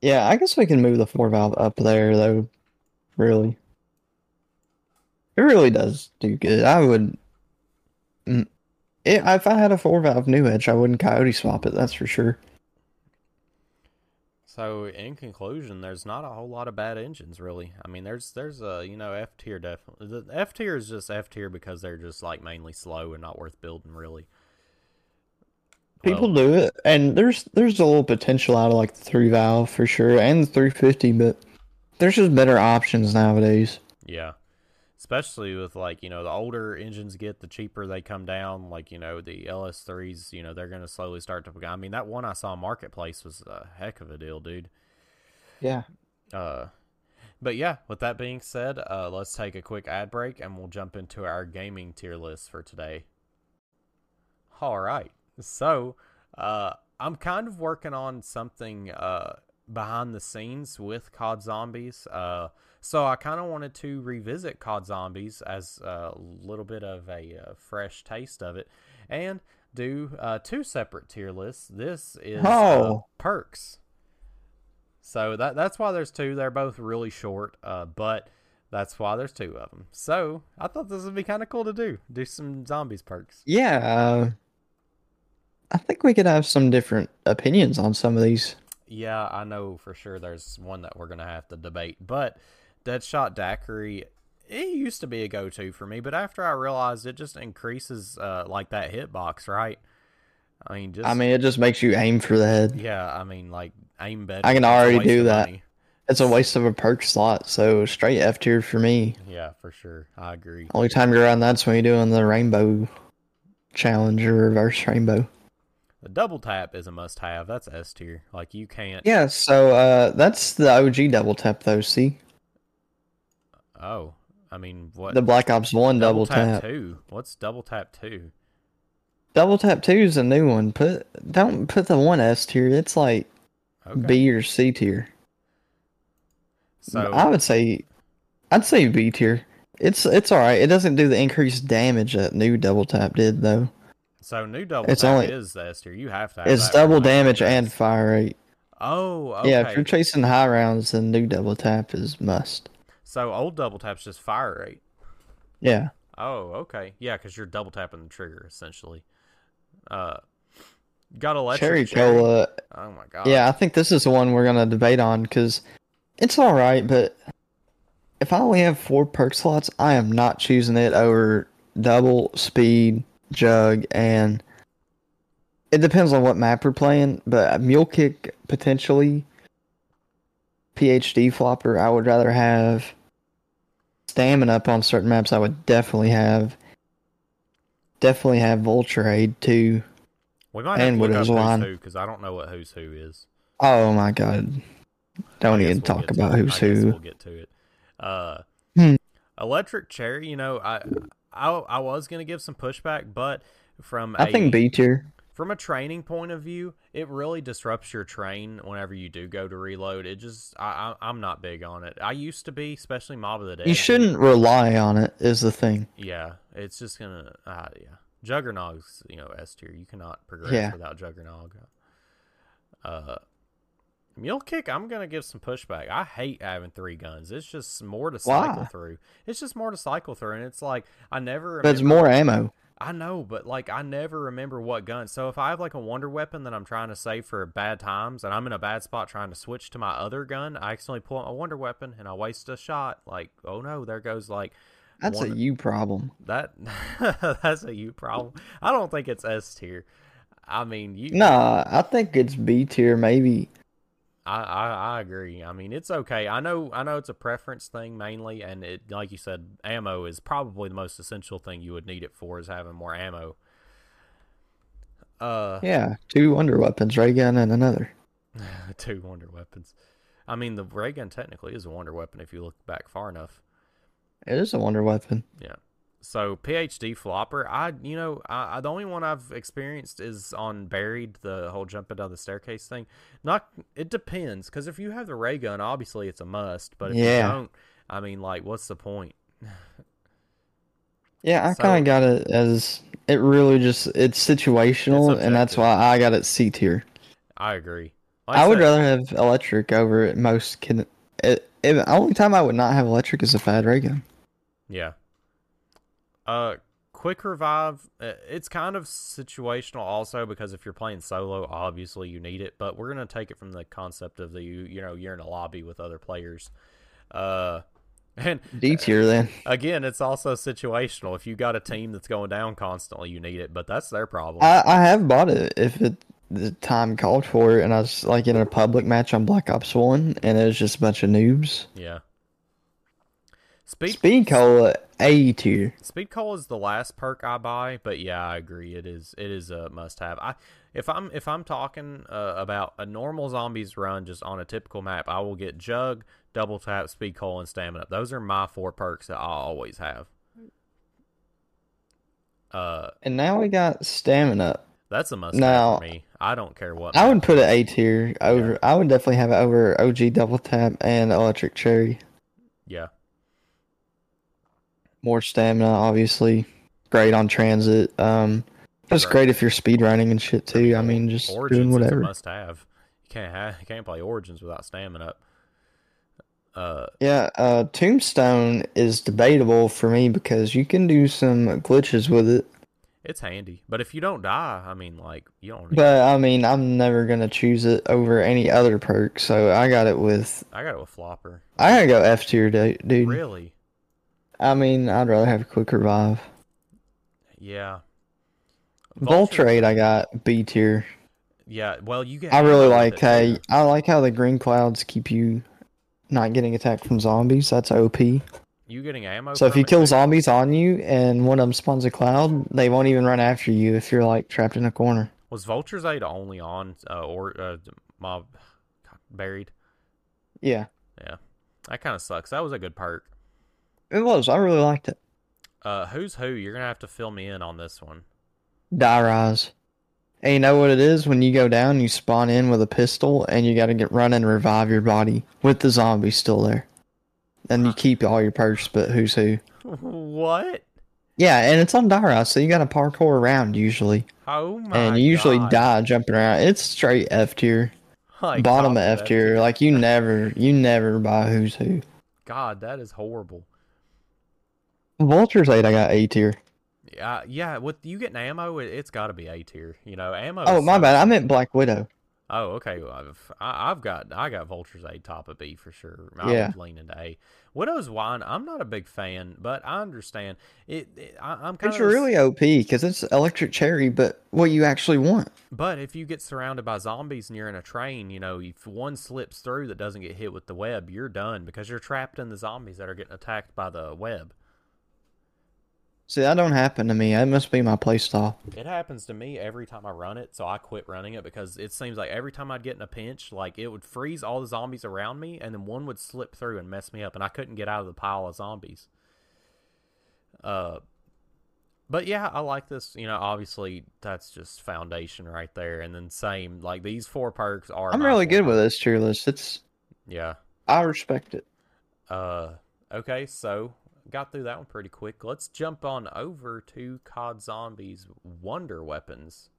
Speaker 2: yeah, I guess we can move the 4 valve up there, though, really. It really does do good. I would. Mm. It, if I had a four valve new edge, I wouldn't coyote swap it. That's for sure.
Speaker 1: So in conclusion, there's not a whole lot of bad engines really. I mean, there's there's a you know F tier definitely. The F tier is just F tier because they're just like mainly slow and not worth building really.
Speaker 2: People
Speaker 1: Well,
Speaker 2: do it, and there's there's a little potential out of like the three valve for sure, and the three fifty. But there's just better options nowadays.
Speaker 1: yeah, especially with like you know the older engines get, the cheaper they come down. Like you know the LS3s, you know they're gonna slowly start to. I mean that one I saw on marketplace was a heck of a deal, dude.
Speaker 2: Yeah.
Speaker 1: Uh, but yeah, with that being said, uh, let's take a quick ad break and we'll jump into our gaming tier list for today. All right. So, uh, I'm kind of working on something uh, behind the scenes with COD Zombies. Uh, so, I kind of wanted to revisit COD Zombies as a little bit of a uh, fresh taste of it and do uh, two separate tier lists. This is uh,
Speaker 2: Oh.
Speaker 1: perks. So that that's why there's two. They're both really short, uh, but that's why there's two of them. So I thought this would be kind of cool to do. Do some zombies perks.
Speaker 2: Yeah. Uh, I think we could have some different opinions on some of these.
Speaker 1: Yeah, I know for sure there's one that we're gonna have to debate, but Deadshot Daiquiri it used to be a go-to for me, but after I realized it just increases uh, like that hitbox, right? I mean, just
Speaker 2: I mean, it just makes you aim for the head.
Speaker 1: yeah, I mean like aim better.
Speaker 2: I can
Speaker 1: It's a
Speaker 2: already
Speaker 1: waste
Speaker 2: do
Speaker 1: of
Speaker 2: that.
Speaker 1: money.
Speaker 2: It's a waste of a perk slot, so straight F tier for me.
Speaker 1: Yeah, for sure. I agree.
Speaker 2: Only time you're on that's when you're doing the rainbow challenge or reverse rainbow.
Speaker 1: The double tap is a must-have. That's S tier. Like you can't.
Speaker 2: Yeah, so uh, that's the OG double tap though. See
Speaker 1: Oh, I mean what?
Speaker 2: the Black Ops One double, tap.
Speaker 1: two. What's double tap two?
Speaker 2: Double tap two is a new one. Put don't put the one S tier. It's like
Speaker 1: Okay.
Speaker 2: B or C tier.
Speaker 1: so
Speaker 2: I would say, I'd say B tier. It's it's all right. It doesn't do the increased damage that new double tap did though.
Speaker 1: so new double
Speaker 2: it's
Speaker 1: tap
Speaker 2: only-
Speaker 1: is the S tier. You have to. Have
Speaker 2: It's
Speaker 1: that
Speaker 2: double
Speaker 1: for the
Speaker 2: damage
Speaker 1: main
Speaker 2: and
Speaker 1: phase.
Speaker 2: fire rate.
Speaker 1: Oh, okay.
Speaker 2: Yeah, if you're chasing high rounds, then new double tap is must.
Speaker 1: so old double tap's just fire rate.
Speaker 2: Yeah.
Speaker 1: Oh, okay. Yeah, because you're double tapping the trigger essentially. Uh, got electric
Speaker 2: Cherry cola.
Speaker 1: Oh my god.
Speaker 2: Yeah, I think this is the one we're gonna debate on because it's all right, but if I only have four perk slots, I am not choosing it over double speed jug and It depends on what map we're playing, but mule kick potentially. PhD flopper, I would rather have. Stamina up on certain maps, I would definitely have. Definitely have Voltrade too.
Speaker 1: We might
Speaker 2: And
Speaker 1: have to look up
Speaker 2: Widow's Line.
Speaker 1: who's who because I don't know what who's who is.
Speaker 2: Oh my god! Don't
Speaker 1: I guess
Speaker 2: even
Speaker 1: we'll
Speaker 2: talk
Speaker 1: get to
Speaker 2: about
Speaker 1: it.
Speaker 2: who's
Speaker 1: I guess
Speaker 2: who.
Speaker 1: We'll get to it. Uh,
Speaker 2: Hmm.
Speaker 1: Electric chair. You know, I, I I was gonna give some pushback, but from
Speaker 2: I think
Speaker 1: a-
Speaker 2: B tier.
Speaker 1: from a training point of view, it really disrupts your train whenever you do go to reload. It just I, I I'm not big on it. I used to be, especially Mob of the Day.
Speaker 2: You shouldn't rely on it. Is the thing.
Speaker 1: Yeah, it's just gonna uh, yeah. Juggernaut's you know S tier. You cannot progress
Speaker 2: Yeah.
Speaker 1: without Juggernaut. Uh, Mule Kick. I'm gonna give some pushback. I hate having three guns. It's just more to cycle
Speaker 2: Why?
Speaker 1: through. It's just more to cycle through, and it's like I never.
Speaker 2: That's
Speaker 1: remember-
Speaker 2: more ammo.
Speaker 1: I know, but like I never remember what gun. So if I have like a wonder weapon that I'm trying to save for bad times, and I'm in a bad spot trying to switch to my other gun, I accidentally pull out my wonder weapon and I waste a shot. Like, oh no, there goes like
Speaker 2: That's
Speaker 1: one-
Speaker 2: a you problem.
Speaker 1: that that's a you problem. I don't think it's S tier. I mean, you.
Speaker 2: Nah, I think it's B tier maybe.
Speaker 1: I, I I agree. I mean, it's okay. I know I know it's a preference thing mainly, and it like you said, ammo is probably the most essential thing you would need it for is having more ammo. Uh,
Speaker 2: Yeah, two wonder weapons, ray gun and another.
Speaker 1: two wonder weapons. I mean, the ray gun technically is a wonder weapon if you look back far enough.
Speaker 2: It is a wonder weapon.
Speaker 1: So PhD flopper, I you know I, I the only one I've experienced is on buried the whole jumping down the staircase thing. Not it depends because if you have the ray gun, obviously it's a must. But if
Speaker 2: Yeah.
Speaker 1: you don't, I mean, like, what's the point?
Speaker 2: Yeah, I
Speaker 1: So-
Speaker 2: kind of got it as it really just it's situational, and that's
Speaker 1: objective.
Speaker 2: why I got it C tier.
Speaker 1: I agree. Like
Speaker 2: I would
Speaker 1: said,
Speaker 2: rather have electric over it most. Can it, it, the only time I would not have electric is if I had ray gun.
Speaker 1: Yeah. Uh, quick revive. uh, It's kind of situational also because if you're playing solo, obviously you need it. But we're gonna take it from the concept of the you you know you're in a lobby with other players. Uh, and
Speaker 2: D tier then.
Speaker 1: again, it's also situational. If you got a team that's going down constantly, you need it. But that's their problem.
Speaker 2: I, I have bought it if it the time called for it, and I was like in a public match on Black Ops One, and it was just a bunch of noobs.
Speaker 1: yeah. Speed
Speaker 2: Speed cola A tier.
Speaker 1: Speed call is the last perk I buy, but yeah, I agree. It is it is a must have. I if I'm if I'm talking uh, about a normal zombies run just on a typical map, I will get jug, double tap, speed call, and stamina. Those are my four perks that I always have. Uh,
Speaker 2: And now we got stamina.
Speaker 1: that's a must
Speaker 2: Now-
Speaker 1: have for me. I don't care what.
Speaker 2: I
Speaker 1: map.
Speaker 2: would put it A tier over. I would definitely have it over OG Double Tap and Electric Cherry.
Speaker 1: Yeah,
Speaker 2: More stamina, obviously. Great on transit. Um, that's
Speaker 1: Right.
Speaker 2: great if you're speed running and shit too. I mean, just
Speaker 1: Origins
Speaker 2: doing
Speaker 1: is a
Speaker 2: whatever.
Speaker 1: must have. You can't have, you can't play Origins without stamina up. Uh,
Speaker 2: Yeah, uh, Tombstone is debatable for me because you can do some glitches with it.
Speaker 1: it's handy, but if you don't die, I mean, like you don't. need
Speaker 2: But I mean, I'm never gonna choose it over any other perk. So I got it with.
Speaker 1: I got it with flopper.
Speaker 2: I gotta go F tier, du- dude.
Speaker 1: Really?
Speaker 2: I mean, I'd rather have quick revive.
Speaker 1: Yeah.
Speaker 2: Voltrade, I got B tier.
Speaker 1: Yeah. Well, you get.
Speaker 2: I really
Speaker 1: ammo with
Speaker 2: like
Speaker 1: it,
Speaker 2: how
Speaker 1: too.
Speaker 2: I like how the green clouds keep you not getting attacked from zombies. That's OP.
Speaker 1: you getting ammo.
Speaker 2: So if
Speaker 1: from
Speaker 2: you
Speaker 1: it,
Speaker 2: kill
Speaker 1: too.
Speaker 2: zombies on you and one of them spawns a cloud, they won't even run after you if you're like trapped in a corner.
Speaker 1: was Vulture's Aid only on uh, or uh, mob God, buried?
Speaker 2: Yeah,
Speaker 1: That kind of sucks. That was a good perk.
Speaker 2: it was. I really liked it.
Speaker 1: Uh, who's who? You're gonna have to fill me in on this one.
Speaker 2: Die rise. And you know what it is? When you go down, you spawn in with a pistol and you got to get run and revive your body with the zombie still there. And you keep all your perks, but who's who?
Speaker 1: what?
Speaker 2: Yeah, and it's on die rise, so you got to parkour around usually.
Speaker 1: Oh my!
Speaker 2: and you usually
Speaker 1: God.
Speaker 2: die jumping around. It's straight F tier,
Speaker 1: Like,
Speaker 2: bottom
Speaker 1: top
Speaker 2: of F tier. Like you never, you never buy who's who.
Speaker 1: God, that is horrible.
Speaker 2: Vulture's eight, I got A tier.
Speaker 1: Yeah, yeah. With you getting ammo, it, it's got to be A tier. You know, ammo.
Speaker 2: Oh
Speaker 1: is
Speaker 2: my
Speaker 1: so-
Speaker 2: bad, I meant Black Widow.
Speaker 1: Oh, okay. Well, I've I- I've got I got Vulture's A top of B for sure. I
Speaker 2: Yeah.
Speaker 1: would lean into A. Widow's Wine. I'm not a big fan, but I understand it. it- I, I'm kind
Speaker 2: It's
Speaker 1: of
Speaker 2: really OP because it's electric cherry, but what you actually want.
Speaker 1: But if you get surrounded by zombies and you're in a train, you know, if one slips through that doesn't get hit with the web, you're done because you're trapped in the zombies that are getting attacked by the web.
Speaker 2: See, that don't happen to me. That must be my playstyle.
Speaker 1: It happens to me every time I run it, so I quit running it because it seems like every time I'd get in a pinch, like it would freeze all the zombies around me and then one would slip through and mess me up and I couldn't get out of the pile of zombies. Uh but yeah, I like this, you know, obviously that's just foundation right there and then same like these four perks are
Speaker 2: I'm
Speaker 1: my
Speaker 2: really
Speaker 1: four
Speaker 2: good with
Speaker 1: perks.
Speaker 2: this tier list. It's
Speaker 1: Yeah.
Speaker 2: I respect it.
Speaker 1: Uh, okay, so got through that one pretty quick. Let's jump on over to COD Zombies Wonder Weapons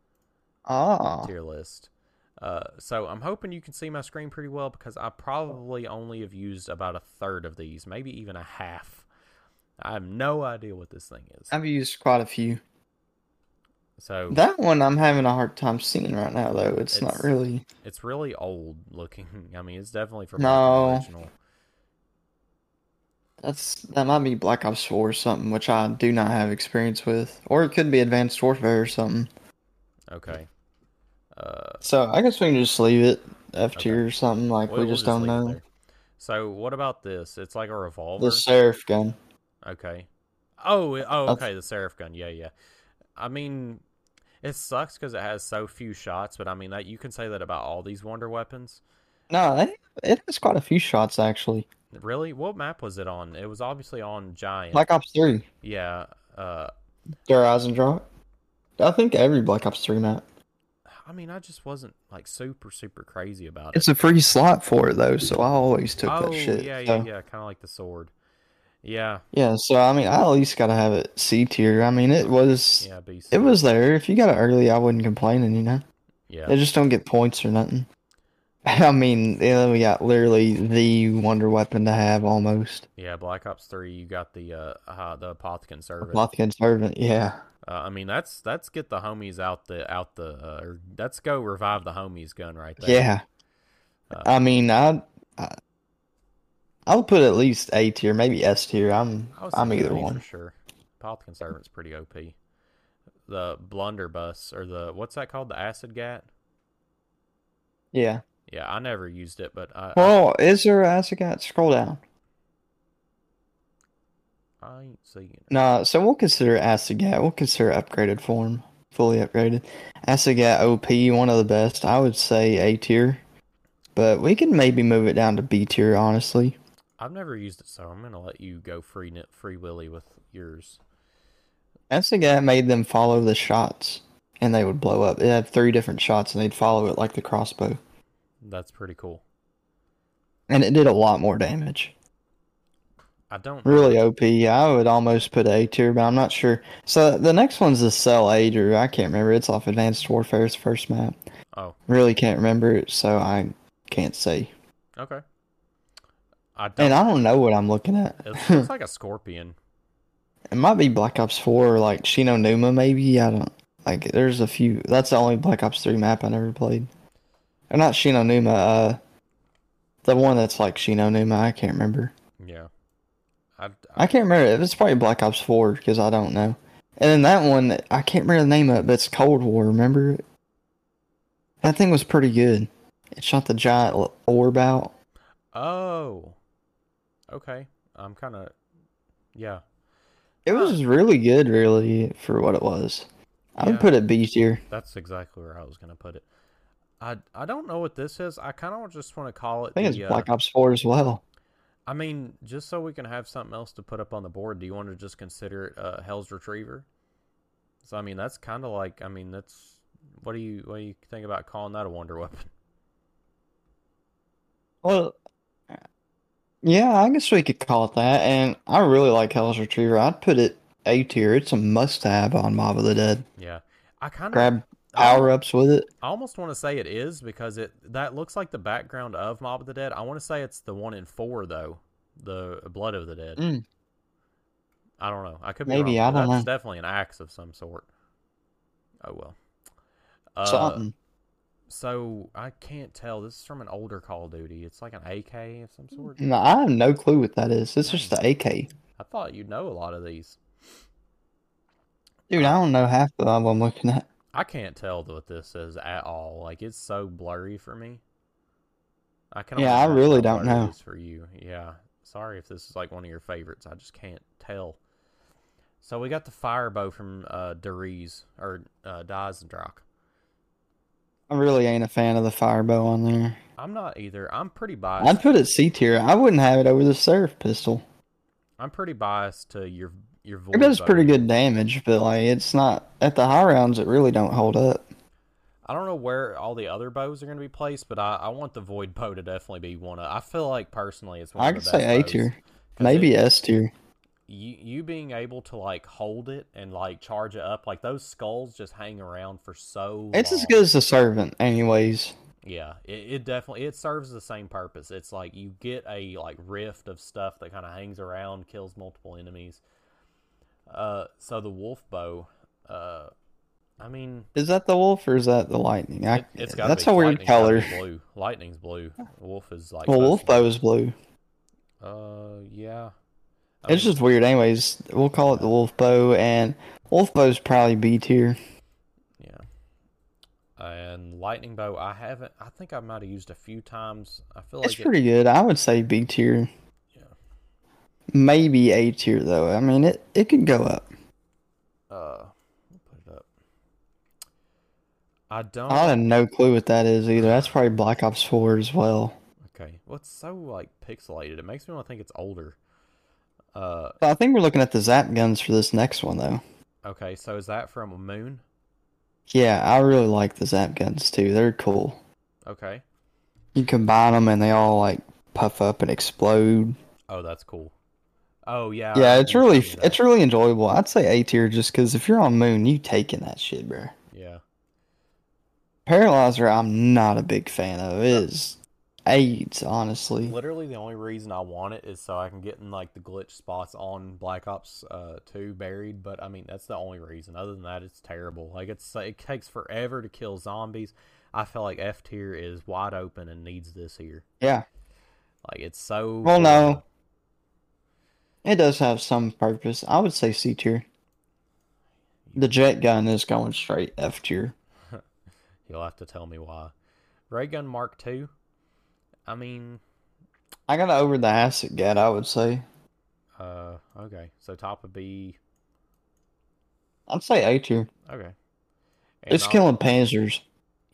Speaker 2: Ah,
Speaker 1: tier list. Uh, so I'm hoping you can see my screen pretty well because I probably only have used about a third of these, maybe even a half. I have no idea what this thing is.
Speaker 2: I've used quite a few.
Speaker 1: So
Speaker 2: That one I'm having a hard time seeing right now, though. It's, not
Speaker 1: It's-
Speaker 2: really.
Speaker 1: it's really old looking. I mean, it's definitely from
Speaker 2: No.
Speaker 1: original.
Speaker 2: That's that might be Black Ops Four or something, which I do not have experience with, or it could be Advanced Warfare or something.
Speaker 1: Okay. Uh,
Speaker 2: So I guess we can just leave it F
Speaker 1: Okay.
Speaker 2: tier or something. Like we
Speaker 1: we'll- we'll
Speaker 2: just don't
Speaker 1: leave it
Speaker 2: know.
Speaker 1: there. So what about this? It's like a revolver.
Speaker 2: The Seraph gun.
Speaker 1: Okay. Oh, it- oh,
Speaker 2: That's-
Speaker 1: okay. The Seraph gun. Yeah, yeah. I mean, it sucks because it has so few shots, but I mean that you can say that about all these wonder weapons.
Speaker 2: No, it, it has quite a few shots actually.
Speaker 1: Really? What map was it on? It was obviously on Giant.
Speaker 2: Black Ops Three,
Speaker 1: yeah. Uh,
Speaker 2: their eyes and drop. I think every Black Ops Three map.
Speaker 1: I mean, I just wasn't like super, super crazy about it.
Speaker 2: It's a free slot for it though, so I always took
Speaker 1: oh,
Speaker 2: that shit.
Speaker 1: yeah, yeah,
Speaker 2: so.
Speaker 1: yeah. Kind of like the sword. Yeah,
Speaker 2: Yeah, so I mean, I at least gotta have it C tier. I mean, it was
Speaker 1: yeah. BC.
Speaker 2: it was there. If you got it early, I wasn't complaining. You know,
Speaker 1: Yeah.
Speaker 2: they just don't get points or nothing. I mean, yeah, we got literally the wonder weapon to have almost.
Speaker 1: Yeah, Black Ops Three. You got the uh, uh the Apothecan Servant.
Speaker 2: Lothian servant, yeah.
Speaker 1: Uh, I mean, that's that's get the homies out the out the. Uh, or let's go revive the homies gun right there.
Speaker 2: Yeah.
Speaker 1: Uh,
Speaker 2: I mean, I, I I'll put at least A tier, maybe S tier. I'm
Speaker 1: I was
Speaker 2: I'm
Speaker 1: thinking
Speaker 2: either
Speaker 1: A
Speaker 2: one.
Speaker 1: for sure. Apothecan Servant's pretty OP. The blunderbuss or the what's that called? The acid gat.
Speaker 2: Yeah.
Speaker 1: Yeah, I never used it, but I
Speaker 2: Well, is there a Asiagat? Scroll down.
Speaker 1: I, I ain't seeing it.
Speaker 2: Nah, so we'll consider Asiagat. We'll consider upgraded form, fully upgraded. Asiagat OP, one of the best. I would say A tier, but we can maybe move it down to B tier. Honestly,
Speaker 1: I've never used it, so I'm gonna let you go free nit free willy with yours.
Speaker 2: Asiagat made them follow the shots, and they would blow up. It had three different shots, and they'd follow it like the crossbow,
Speaker 1: That's pretty cool.
Speaker 2: and it did a lot more damage.
Speaker 1: I don't
Speaker 2: Really OP. I would almost put A tier, but I'm not sure. So the next one's the Cell Eight, or I can't remember. It's off Advanced Warfare's first map.
Speaker 1: Oh,
Speaker 2: Really can't remember it, so I can't say.
Speaker 1: okay. I don't.
Speaker 2: And I don't know what I'm looking at.
Speaker 1: It looks like a scorpion.
Speaker 2: it might be Black Ops Four, or like Shinonuma, maybe. I don't like. There's a few. That's the only Black Ops Three map I never played. Or not Shinonuma. Uh, the one that's like Shinonuma. I can't remember.
Speaker 1: Yeah. I,
Speaker 2: I can't remember. It was probably Black Ops 4 because I don't know. And then that one, I can't remember the name of it, but it's Cold War. Remember it? That thing was pretty good. It shot the giant l- orb out.
Speaker 1: Oh. Okay. I'm kind of. Yeah.
Speaker 2: It was really good, really, for what it was. I
Speaker 1: Yeah.
Speaker 2: would put it B tier.
Speaker 1: That's exactly where I was gonna put it. I I don't know what this is. I kind of just want to call it.
Speaker 2: I think it's
Speaker 1: the, uh,
Speaker 2: Black Ops 4 as well.
Speaker 1: I mean, just so we can have something else to put up on the board. Do you want to just consider it uh, Hell's Retriever? So I mean, that's kind of like. I mean, that's. What do you what do you think about calling that a wonder weapon?
Speaker 2: Well, yeah, I guess we could call it that. And I really like Hell's Retriever. I'd put it A tier. It's a must have on Mob of the Dead.
Speaker 1: Yeah. I kind of
Speaker 2: Grab
Speaker 1: Oh.
Speaker 2: power ups with it.
Speaker 1: I almost want to say it is because it that looks like the background of Mob of the Dead. I want to say it's the one in four though, the Blood of the Dead.
Speaker 2: Mm.
Speaker 1: I don't know. I could be
Speaker 2: Maybe,
Speaker 1: wrong,
Speaker 2: I
Speaker 1: but
Speaker 2: don't
Speaker 1: that's definitely an axe of some sort. Oh well. Uh,
Speaker 2: Something.
Speaker 1: So I can't tell. This is from an older Call of Duty. It's like an AK of some sort.
Speaker 2: No, I have no clue what that is. It's just the AK.
Speaker 1: I thought you'd know a lot of these.
Speaker 2: Dude, I don't know half of them I'm looking at.
Speaker 1: I can't tell what this is at all. Like it's so blurry for me. I can.
Speaker 2: Yeah,
Speaker 1: only
Speaker 2: I
Speaker 1: imagine
Speaker 2: really
Speaker 1: how
Speaker 2: don't
Speaker 1: blurry it
Speaker 2: know.
Speaker 1: is For you, yeah. Sorry if this is like one of your favorites. I just can't tell. So we got the fire bow from uh, Deriz or uh, Dizendrock.
Speaker 2: I really ain't a fan of the fire bow on there.
Speaker 1: I'm not either. I'm pretty biased.
Speaker 2: I'd put it C tier. I wouldn't have it over the Seraph pistol.
Speaker 1: I'm pretty biased to your your void.
Speaker 2: It does
Speaker 1: bow.
Speaker 2: pretty good damage, but like it's not at the high rounds. It really don't hold up.
Speaker 1: I don't know where all the other bows are going to be placed, but I, I want the void bow to definitely be one of. I feel like personally, it's one.
Speaker 2: I
Speaker 1: of the
Speaker 2: could say
Speaker 1: best
Speaker 2: A
Speaker 1: bows.
Speaker 2: tier,
Speaker 1: 'Cause
Speaker 2: maybe
Speaker 1: it-
Speaker 2: S tier.
Speaker 1: you you being able to like hold it and like charge it up, like those skulls just hang around for so.
Speaker 2: It's as
Speaker 1: long.
Speaker 2: good as the servant, anyways.
Speaker 1: Yeah, it, it definitely it serves the same purpose. It's like you get a like rift of stuff that kind of hangs around, kills multiple enemies. Uh, so the wolf bow, uh, I mean,
Speaker 2: Is that the wolf or is that the lightning? I,
Speaker 1: it, it's got
Speaker 2: that's
Speaker 1: be,
Speaker 2: a weird
Speaker 1: lightning's gotta
Speaker 2: color.
Speaker 1: be blue. Lightning's blue. Wolf is like
Speaker 2: Well, wolf
Speaker 1: mostly-
Speaker 2: bow is blue.
Speaker 1: Uh, Oh, yeah. I
Speaker 2: It's
Speaker 1: mean,
Speaker 2: just weird, anyways. We'll call it the wolf bow, and wolf bow's probably B tier.
Speaker 1: Yeah. And lightning bow, I haven't. I think I might have used a few times. I feel like
Speaker 2: It's
Speaker 1: it-
Speaker 2: pretty good. I would say B tier,
Speaker 1: yeah.
Speaker 2: maybe A tier though. I mean, it it could go up.
Speaker 1: Uh, I'll put it up. I don't.
Speaker 2: I have no clue what that is either. That's probably Black Ops Four as well.
Speaker 1: okay, what's so like pixelated? It makes me want to think it's older. Uh,
Speaker 2: But I think we're looking at the zap guns for this next one though.
Speaker 1: okay, so is that from Moon?
Speaker 2: Yeah, I really like the zap guns too. They're cool.
Speaker 1: Okay.
Speaker 2: You combine them and they all like puff up and explode.
Speaker 1: Oh, that's cool. Oh yeah. I
Speaker 2: yeah,
Speaker 1: remember
Speaker 2: it's
Speaker 1: you
Speaker 2: really
Speaker 1: telling me that.
Speaker 2: it's really enjoyable. I'd say A tier just because if you're on Moon, you taking that shit, bro.
Speaker 1: yeah.
Speaker 2: Paralyzer, I'm not a big fan of. It is AIDS, honestly.
Speaker 1: Literally, the only reason I want it is so I can get in like the glitch spots on Black Ops uh, 2 buried. But I mean, that's the only reason. Other than that, it's terrible. Like it's it takes forever to kill zombies. I feel like F tier is wide open and needs this here.
Speaker 2: Yeah,
Speaker 1: Like it's so.
Speaker 2: Well, Oh, no.
Speaker 1: horrible.
Speaker 2: it does have some purpose. I would say C tier. The jet gun is going straight F tier.
Speaker 1: You'll have to tell me why. Ray Gun Mark II. I mean,
Speaker 2: I got over the acid gun. I would say.
Speaker 1: uh, okay. So top of B.
Speaker 2: I'd say A tier.
Speaker 1: Okay. And
Speaker 2: It's
Speaker 1: I'll-
Speaker 2: killing Panzers.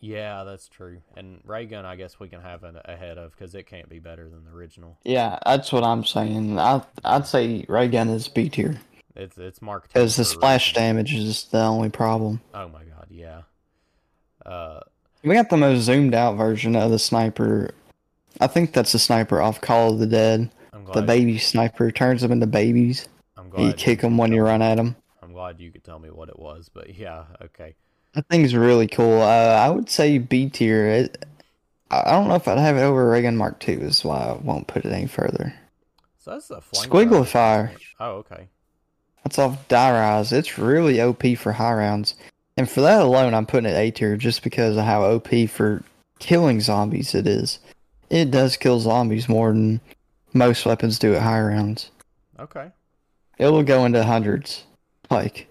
Speaker 1: Yeah, that's true. And Ray Gun, I guess we can have an ahead of because it can't be better than the original.
Speaker 2: Yeah, that's what I'm saying. I I'd say ray gun is B tier
Speaker 1: It's it's Mark II
Speaker 2: because the
Speaker 1: for a
Speaker 2: splash
Speaker 1: reason.
Speaker 2: damage is the only problem.
Speaker 1: Oh my god, yeah. Uh,
Speaker 2: We got the most zoomed out version of the sniper. I think that's the sniper off Call of the Dead.
Speaker 1: I'm
Speaker 2: The
Speaker 1: glad.
Speaker 2: baby sniper turns them into babies.
Speaker 1: I'm
Speaker 2: and you
Speaker 1: glad.
Speaker 2: kick them when you run at them.
Speaker 1: I'm glad you could tell me what it was, but yeah, okay.
Speaker 2: That thing's really cool. Uh, I would say B tier. It, I I don't know if I'd have it over Reagan Mark II, is why I won't put it any further.
Speaker 1: So that's a flame.
Speaker 2: Squiggle fire.
Speaker 1: Oh, okay.
Speaker 2: That's off Die Rise. It's really OP for high rounds. And for that alone, I'm putting it A tier just because of how OP for killing zombies it is. It does kill zombies more than most weapons do at high rounds.
Speaker 1: Okay.
Speaker 2: It'll go into hundreds. Like,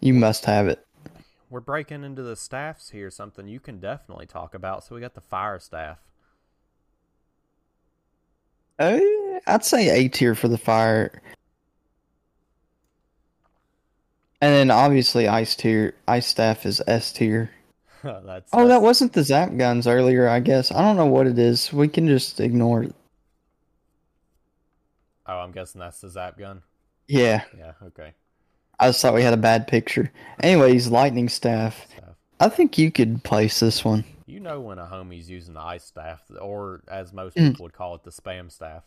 Speaker 2: you must have it.
Speaker 1: We're breaking into the staffs here, something you can definitely talk about. So we got the fire staff.
Speaker 2: Uh, I'd say A tier for the fire. And then obviously ice tier, ice staff is S tier.
Speaker 1: that's
Speaker 2: Oh, that
Speaker 1: that's-
Speaker 2: wasn't the zap guns earlier, I guess. I don't know what it is. We can just ignore it.
Speaker 1: Oh, I'm guessing that's the zap gun.
Speaker 2: Yeah,
Speaker 1: Yeah, okay.
Speaker 2: I just thought we had a bad picture. Anyways, lightning staff.
Speaker 1: Staff.
Speaker 2: I think you could place this one.
Speaker 1: You know when a homie's using the ice staff, or as most
Speaker 2: Mm.
Speaker 1: people would call it, the spam staff.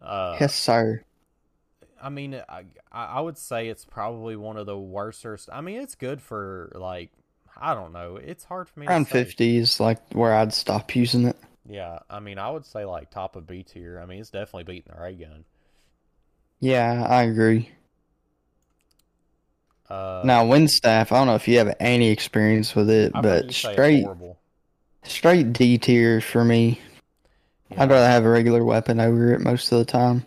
Speaker 1: Uh,
Speaker 2: yes, sir.
Speaker 1: I mean, I I I would say it's probably one of the worstest. I mean, it's good for like I don't know. It's hard for me
Speaker 2: Around
Speaker 1: to say.
Speaker 2: fifty is like where I'd stop using it.
Speaker 1: Yeah, I mean, I would say like top of B tier. I mean, it's definitely beating the ray gun.
Speaker 2: Yeah, I agree.
Speaker 1: Uh,
Speaker 2: Now, wind staff. I don't know if you have any experience with it,
Speaker 1: I've heard
Speaker 2: but
Speaker 1: you say it's
Speaker 2: straight
Speaker 1: horrible.
Speaker 2: Straight D tier for me.
Speaker 1: Yeah.
Speaker 2: I'd rather have a regular weapon over it most of the time,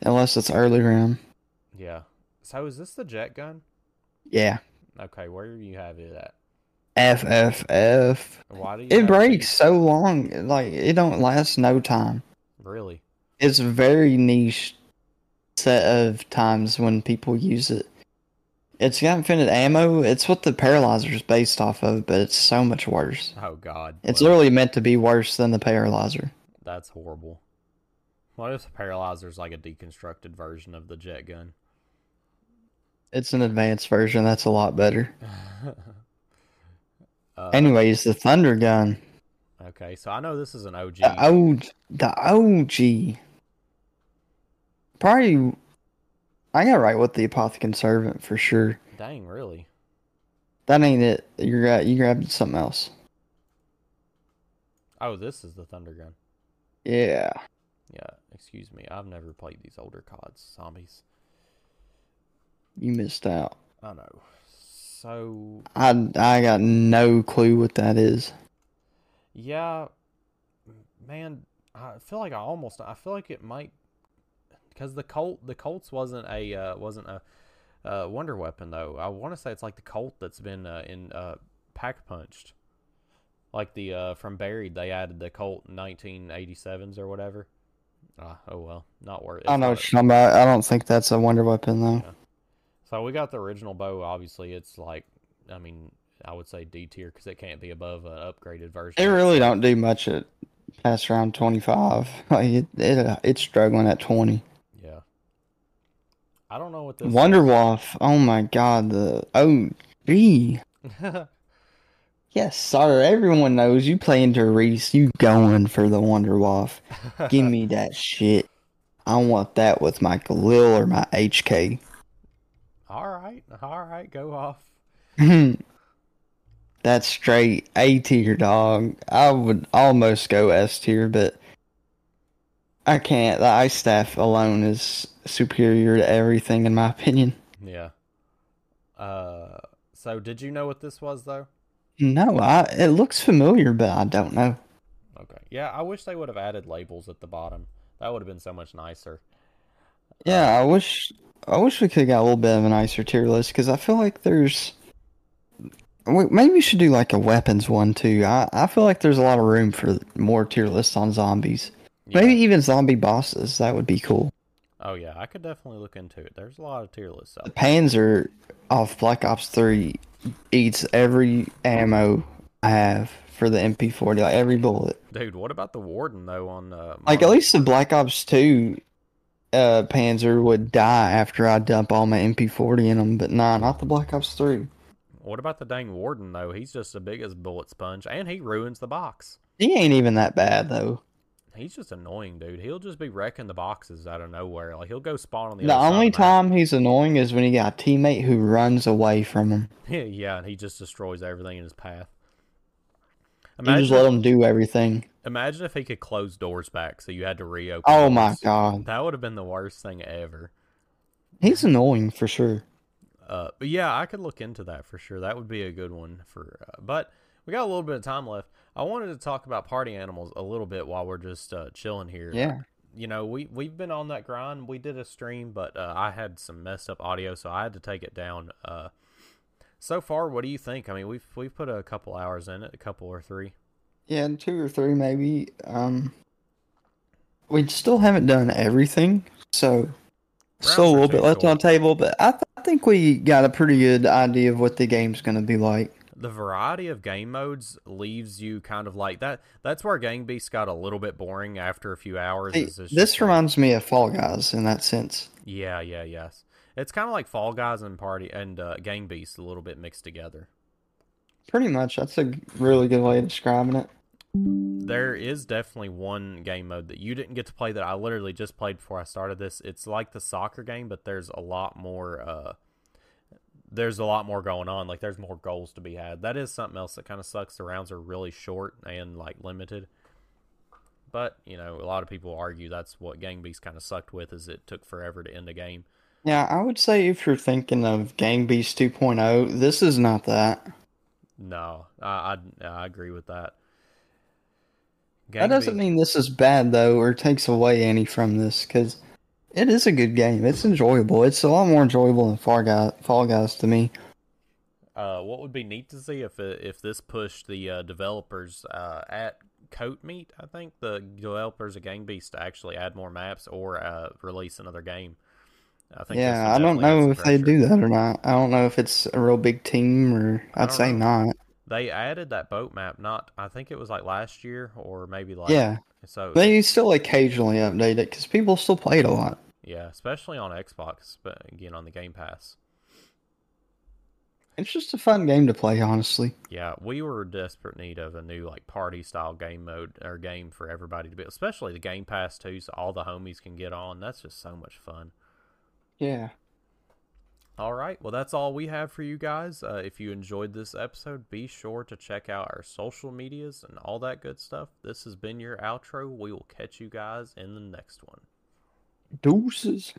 Speaker 2: unless it's early round.
Speaker 1: Yeah. So is this the jet gun?
Speaker 2: Yeah,
Speaker 1: Okay, where do you have it at?
Speaker 2: FFF.
Speaker 1: Why do you have
Speaker 2: It breaks so long, like it don't last no time.
Speaker 1: Really?
Speaker 2: It's a very niche set of times when people use it. It's got infinite ammo. It's what the paralyzer is based off of, but it's so much worse.
Speaker 1: Oh God.
Speaker 2: It's
Speaker 1: Well,
Speaker 2: literally meant to be worse than the paralyzer.
Speaker 1: that's horrible. What if the paralyzer's like a deconstructed version of the jet gun?
Speaker 2: It's an advanced version. That's a lot better.
Speaker 1: uh,
Speaker 2: Anyways, the thunder gun,
Speaker 1: okay, so I know this is an OG.
Speaker 2: the old, the OG. Probably, I got right with the apothecan servant for sure.
Speaker 1: Dang, really?
Speaker 2: That ain't it. You gra- you grabbed something else.
Speaker 1: Oh, this is the thunder gun.
Speaker 2: Yeah.
Speaker 1: Yeah, excuse me. I've never played these older CODs, zombies.
Speaker 2: You missed out.
Speaker 1: I know. So
Speaker 2: I I got no clue what that is.
Speaker 1: yeah, man, I feel like I almost. I feel like it might because the Colt, the Colts wasn't a uh, wasn't a uh, wonder weapon though. I want to say it's like the Colt that's been uh, in uh, pack punched, like the uh, from Buried. They added the Colt 1987s or whatever. Uh, oh well, not worth.
Speaker 2: I
Speaker 1: it's
Speaker 2: know
Speaker 1: not-
Speaker 2: what you're talking about. I don't think that's a wonder weapon though.
Speaker 1: So we got the original bow. Obviously, it's like, I mean, I would say D tier because it can't be above an upgraded version.
Speaker 2: It really don't do much at past round twenty five. Like it, it it's struggling at twenty.
Speaker 1: Yeah. I don't know what this.
Speaker 2: Wonder Waff. Oh my god. The OG. Yes, sir. Everyone knows you playing to Reese. You going for the Wonder Waff. Give me that shit. I want that with my Galil or my HK.
Speaker 1: all right, all right, go off.
Speaker 2: That's straight A tier, dog. I would almost go S tier, but I can't. The ice staff alone is superior to everything, in my opinion.
Speaker 1: Yeah. Uh, so did you know what this was though?
Speaker 2: No, I it looks familiar, but I don't know.
Speaker 1: Okay. Yeah, I wish they would have added labels at the bottom. That would have been so much nicer.
Speaker 2: Yeah, I wish I wish we could have got a little bit of an nicer tier list because I feel like there's we- maybe we should do like a weapons one too. I I feel like there's a lot of room for more tier lists on zombies.
Speaker 1: Yeah.
Speaker 2: Maybe even zombie bosses. That would be cool.
Speaker 1: Oh yeah, I could definitely look into it. There's a lot of tier lists.
Speaker 2: The
Speaker 1: Out
Speaker 2: Panzer off Black Ops 3 eats every ammo I have for the MP40, like every bullet.
Speaker 1: there. Dude, what about the warden though? On uh,
Speaker 2: Like, at
Speaker 1: Modern-
Speaker 2: least the Black Ops 2 uh, Panzer would die after I dump all my MP40 in them, but nah, not the Black Ops 3.
Speaker 1: What about the dang warden though? He's just the biggest bullet sponge, and he ruins the box.
Speaker 2: He ain't even that bad, though.
Speaker 1: He's just annoying, dude. He'll just be wrecking the boxes out of nowhere. Like he'll go spawn on the.
Speaker 2: The
Speaker 1: other side of
Speaker 2: only
Speaker 1: the map.
Speaker 2: time he's annoying is when he got a teammate who runs away from him.
Speaker 1: Yeah, yeah, and he just destroys everything in his path.
Speaker 2: You
Speaker 1: Imagine,
Speaker 2: just let him do everything.
Speaker 1: imagine if he could close doors back, so you had to reopen.
Speaker 2: Oh
Speaker 1: doors.
Speaker 2: my god.
Speaker 1: that would have been the worst thing ever.
Speaker 2: He's annoying for sure.
Speaker 1: Uh, but yeah, I could look into that for sure. That would be a good one for. Uh, but we got a little bit of time left. I wanted to talk about party animals a little bit while we're just uh, chilling here.
Speaker 2: Yeah.
Speaker 1: you know we we've been on that grind we did a stream but uh, i had some messed up audio so i had to take it down uh so far what do you think i mean we've we've put a couple hours in it a couple or three
Speaker 2: Yeah, and two or three maybe. Um, we still haven't done everything, so still a
Speaker 1: for
Speaker 2: little
Speaker 1: two
Speaker 2: bit left
Speaker 1: short.
Speaker 2: on the table. But I, th- I think we got a pretty good idea of what the game's going to be like.
Speaker 1: the variety of game modes leaves you kind of like that that's where gang beast got a little bit boring after a few hours
Speaker 2: Hey,
Speaker 1: is it's
Speaker 2: this
Speaker 1: just like-
Speaker 2: reminds me of Fall Guys in that sense.
Speaker 1: yeah yeah yes it's kind of like fall guys and party and uh, gang beast a little bit mixed together
Speaker 2: Pretty much, that's a really good way of describing it.
Speaker 1: There is definitely one game mode that you didn't get to play that I literally just played before I started this. It's like the soccer game, but there's a lot more. Uh, there's a lot more going on. Like there's more goals to be had. That is something else that kind of sucks. The rounds are really short and like limited. But you know, a lot of people argue that's what Gang Beast kind of sucked with is it took forever to end a game.
Speaker 2: Yeah, I would say if you're thinking of Gang Beast 2.0, this is not that.
Speaker 1: No, I I, I agree with that.
Speaker 2: That doesn't mean this is bad though, or takes away any from this, because it is a good game. It's enjoyable. It's a lot more enjoyable than Fall Guys, Fall Guys to me.
Speaker 1: Uh, what would be neat to see if it, if this pushed the uh, developers uh, at Coat Meat, I think the developers of Game Beast to actually add more maps or uh, release another game. I think this
Speaker 2: yeah,
Speaker 1: will
Speaker 2: I don't
Speaker 1: definitely add
Speaker 2: know
Speaker 1: some
Speaker 2: if they
Speaker 1: pressure.
Speaker 2: do that or not. I don't know if it's a real big team or
Speaker 1: I
Speaker 2: I'd
Speaker 1: don't
Speaker 2: say
Speaker 1: know.
Speaker 2: not.
Speaker 1: They added that boat map. Not, I think it was like last year or maybe like
Speaker 2: Yeah,
Speaker 1: So
Speaker 2: they still occasionally update it because people still play it a lot.
Speaker 1: yeah, especially on Xbox, but again on the Game Pass.
Speaker 2: It's just a fun game to play, honestly.
Speaker 1: Yeah, we were in desperate need of a new like party style game mode or game for everybody to be, especially the Game Pass too, so all the homies can get on. That's just so much fun.
Speaker 2: Yeah.
Speaker 1: All right, well that's all we have for you guys. Uh, if you enjoyed this episode, be sure to check out our social medias and all that good stuff. This has been your outro. We will catch you guys in the next one.
Speaker 2: Deuces.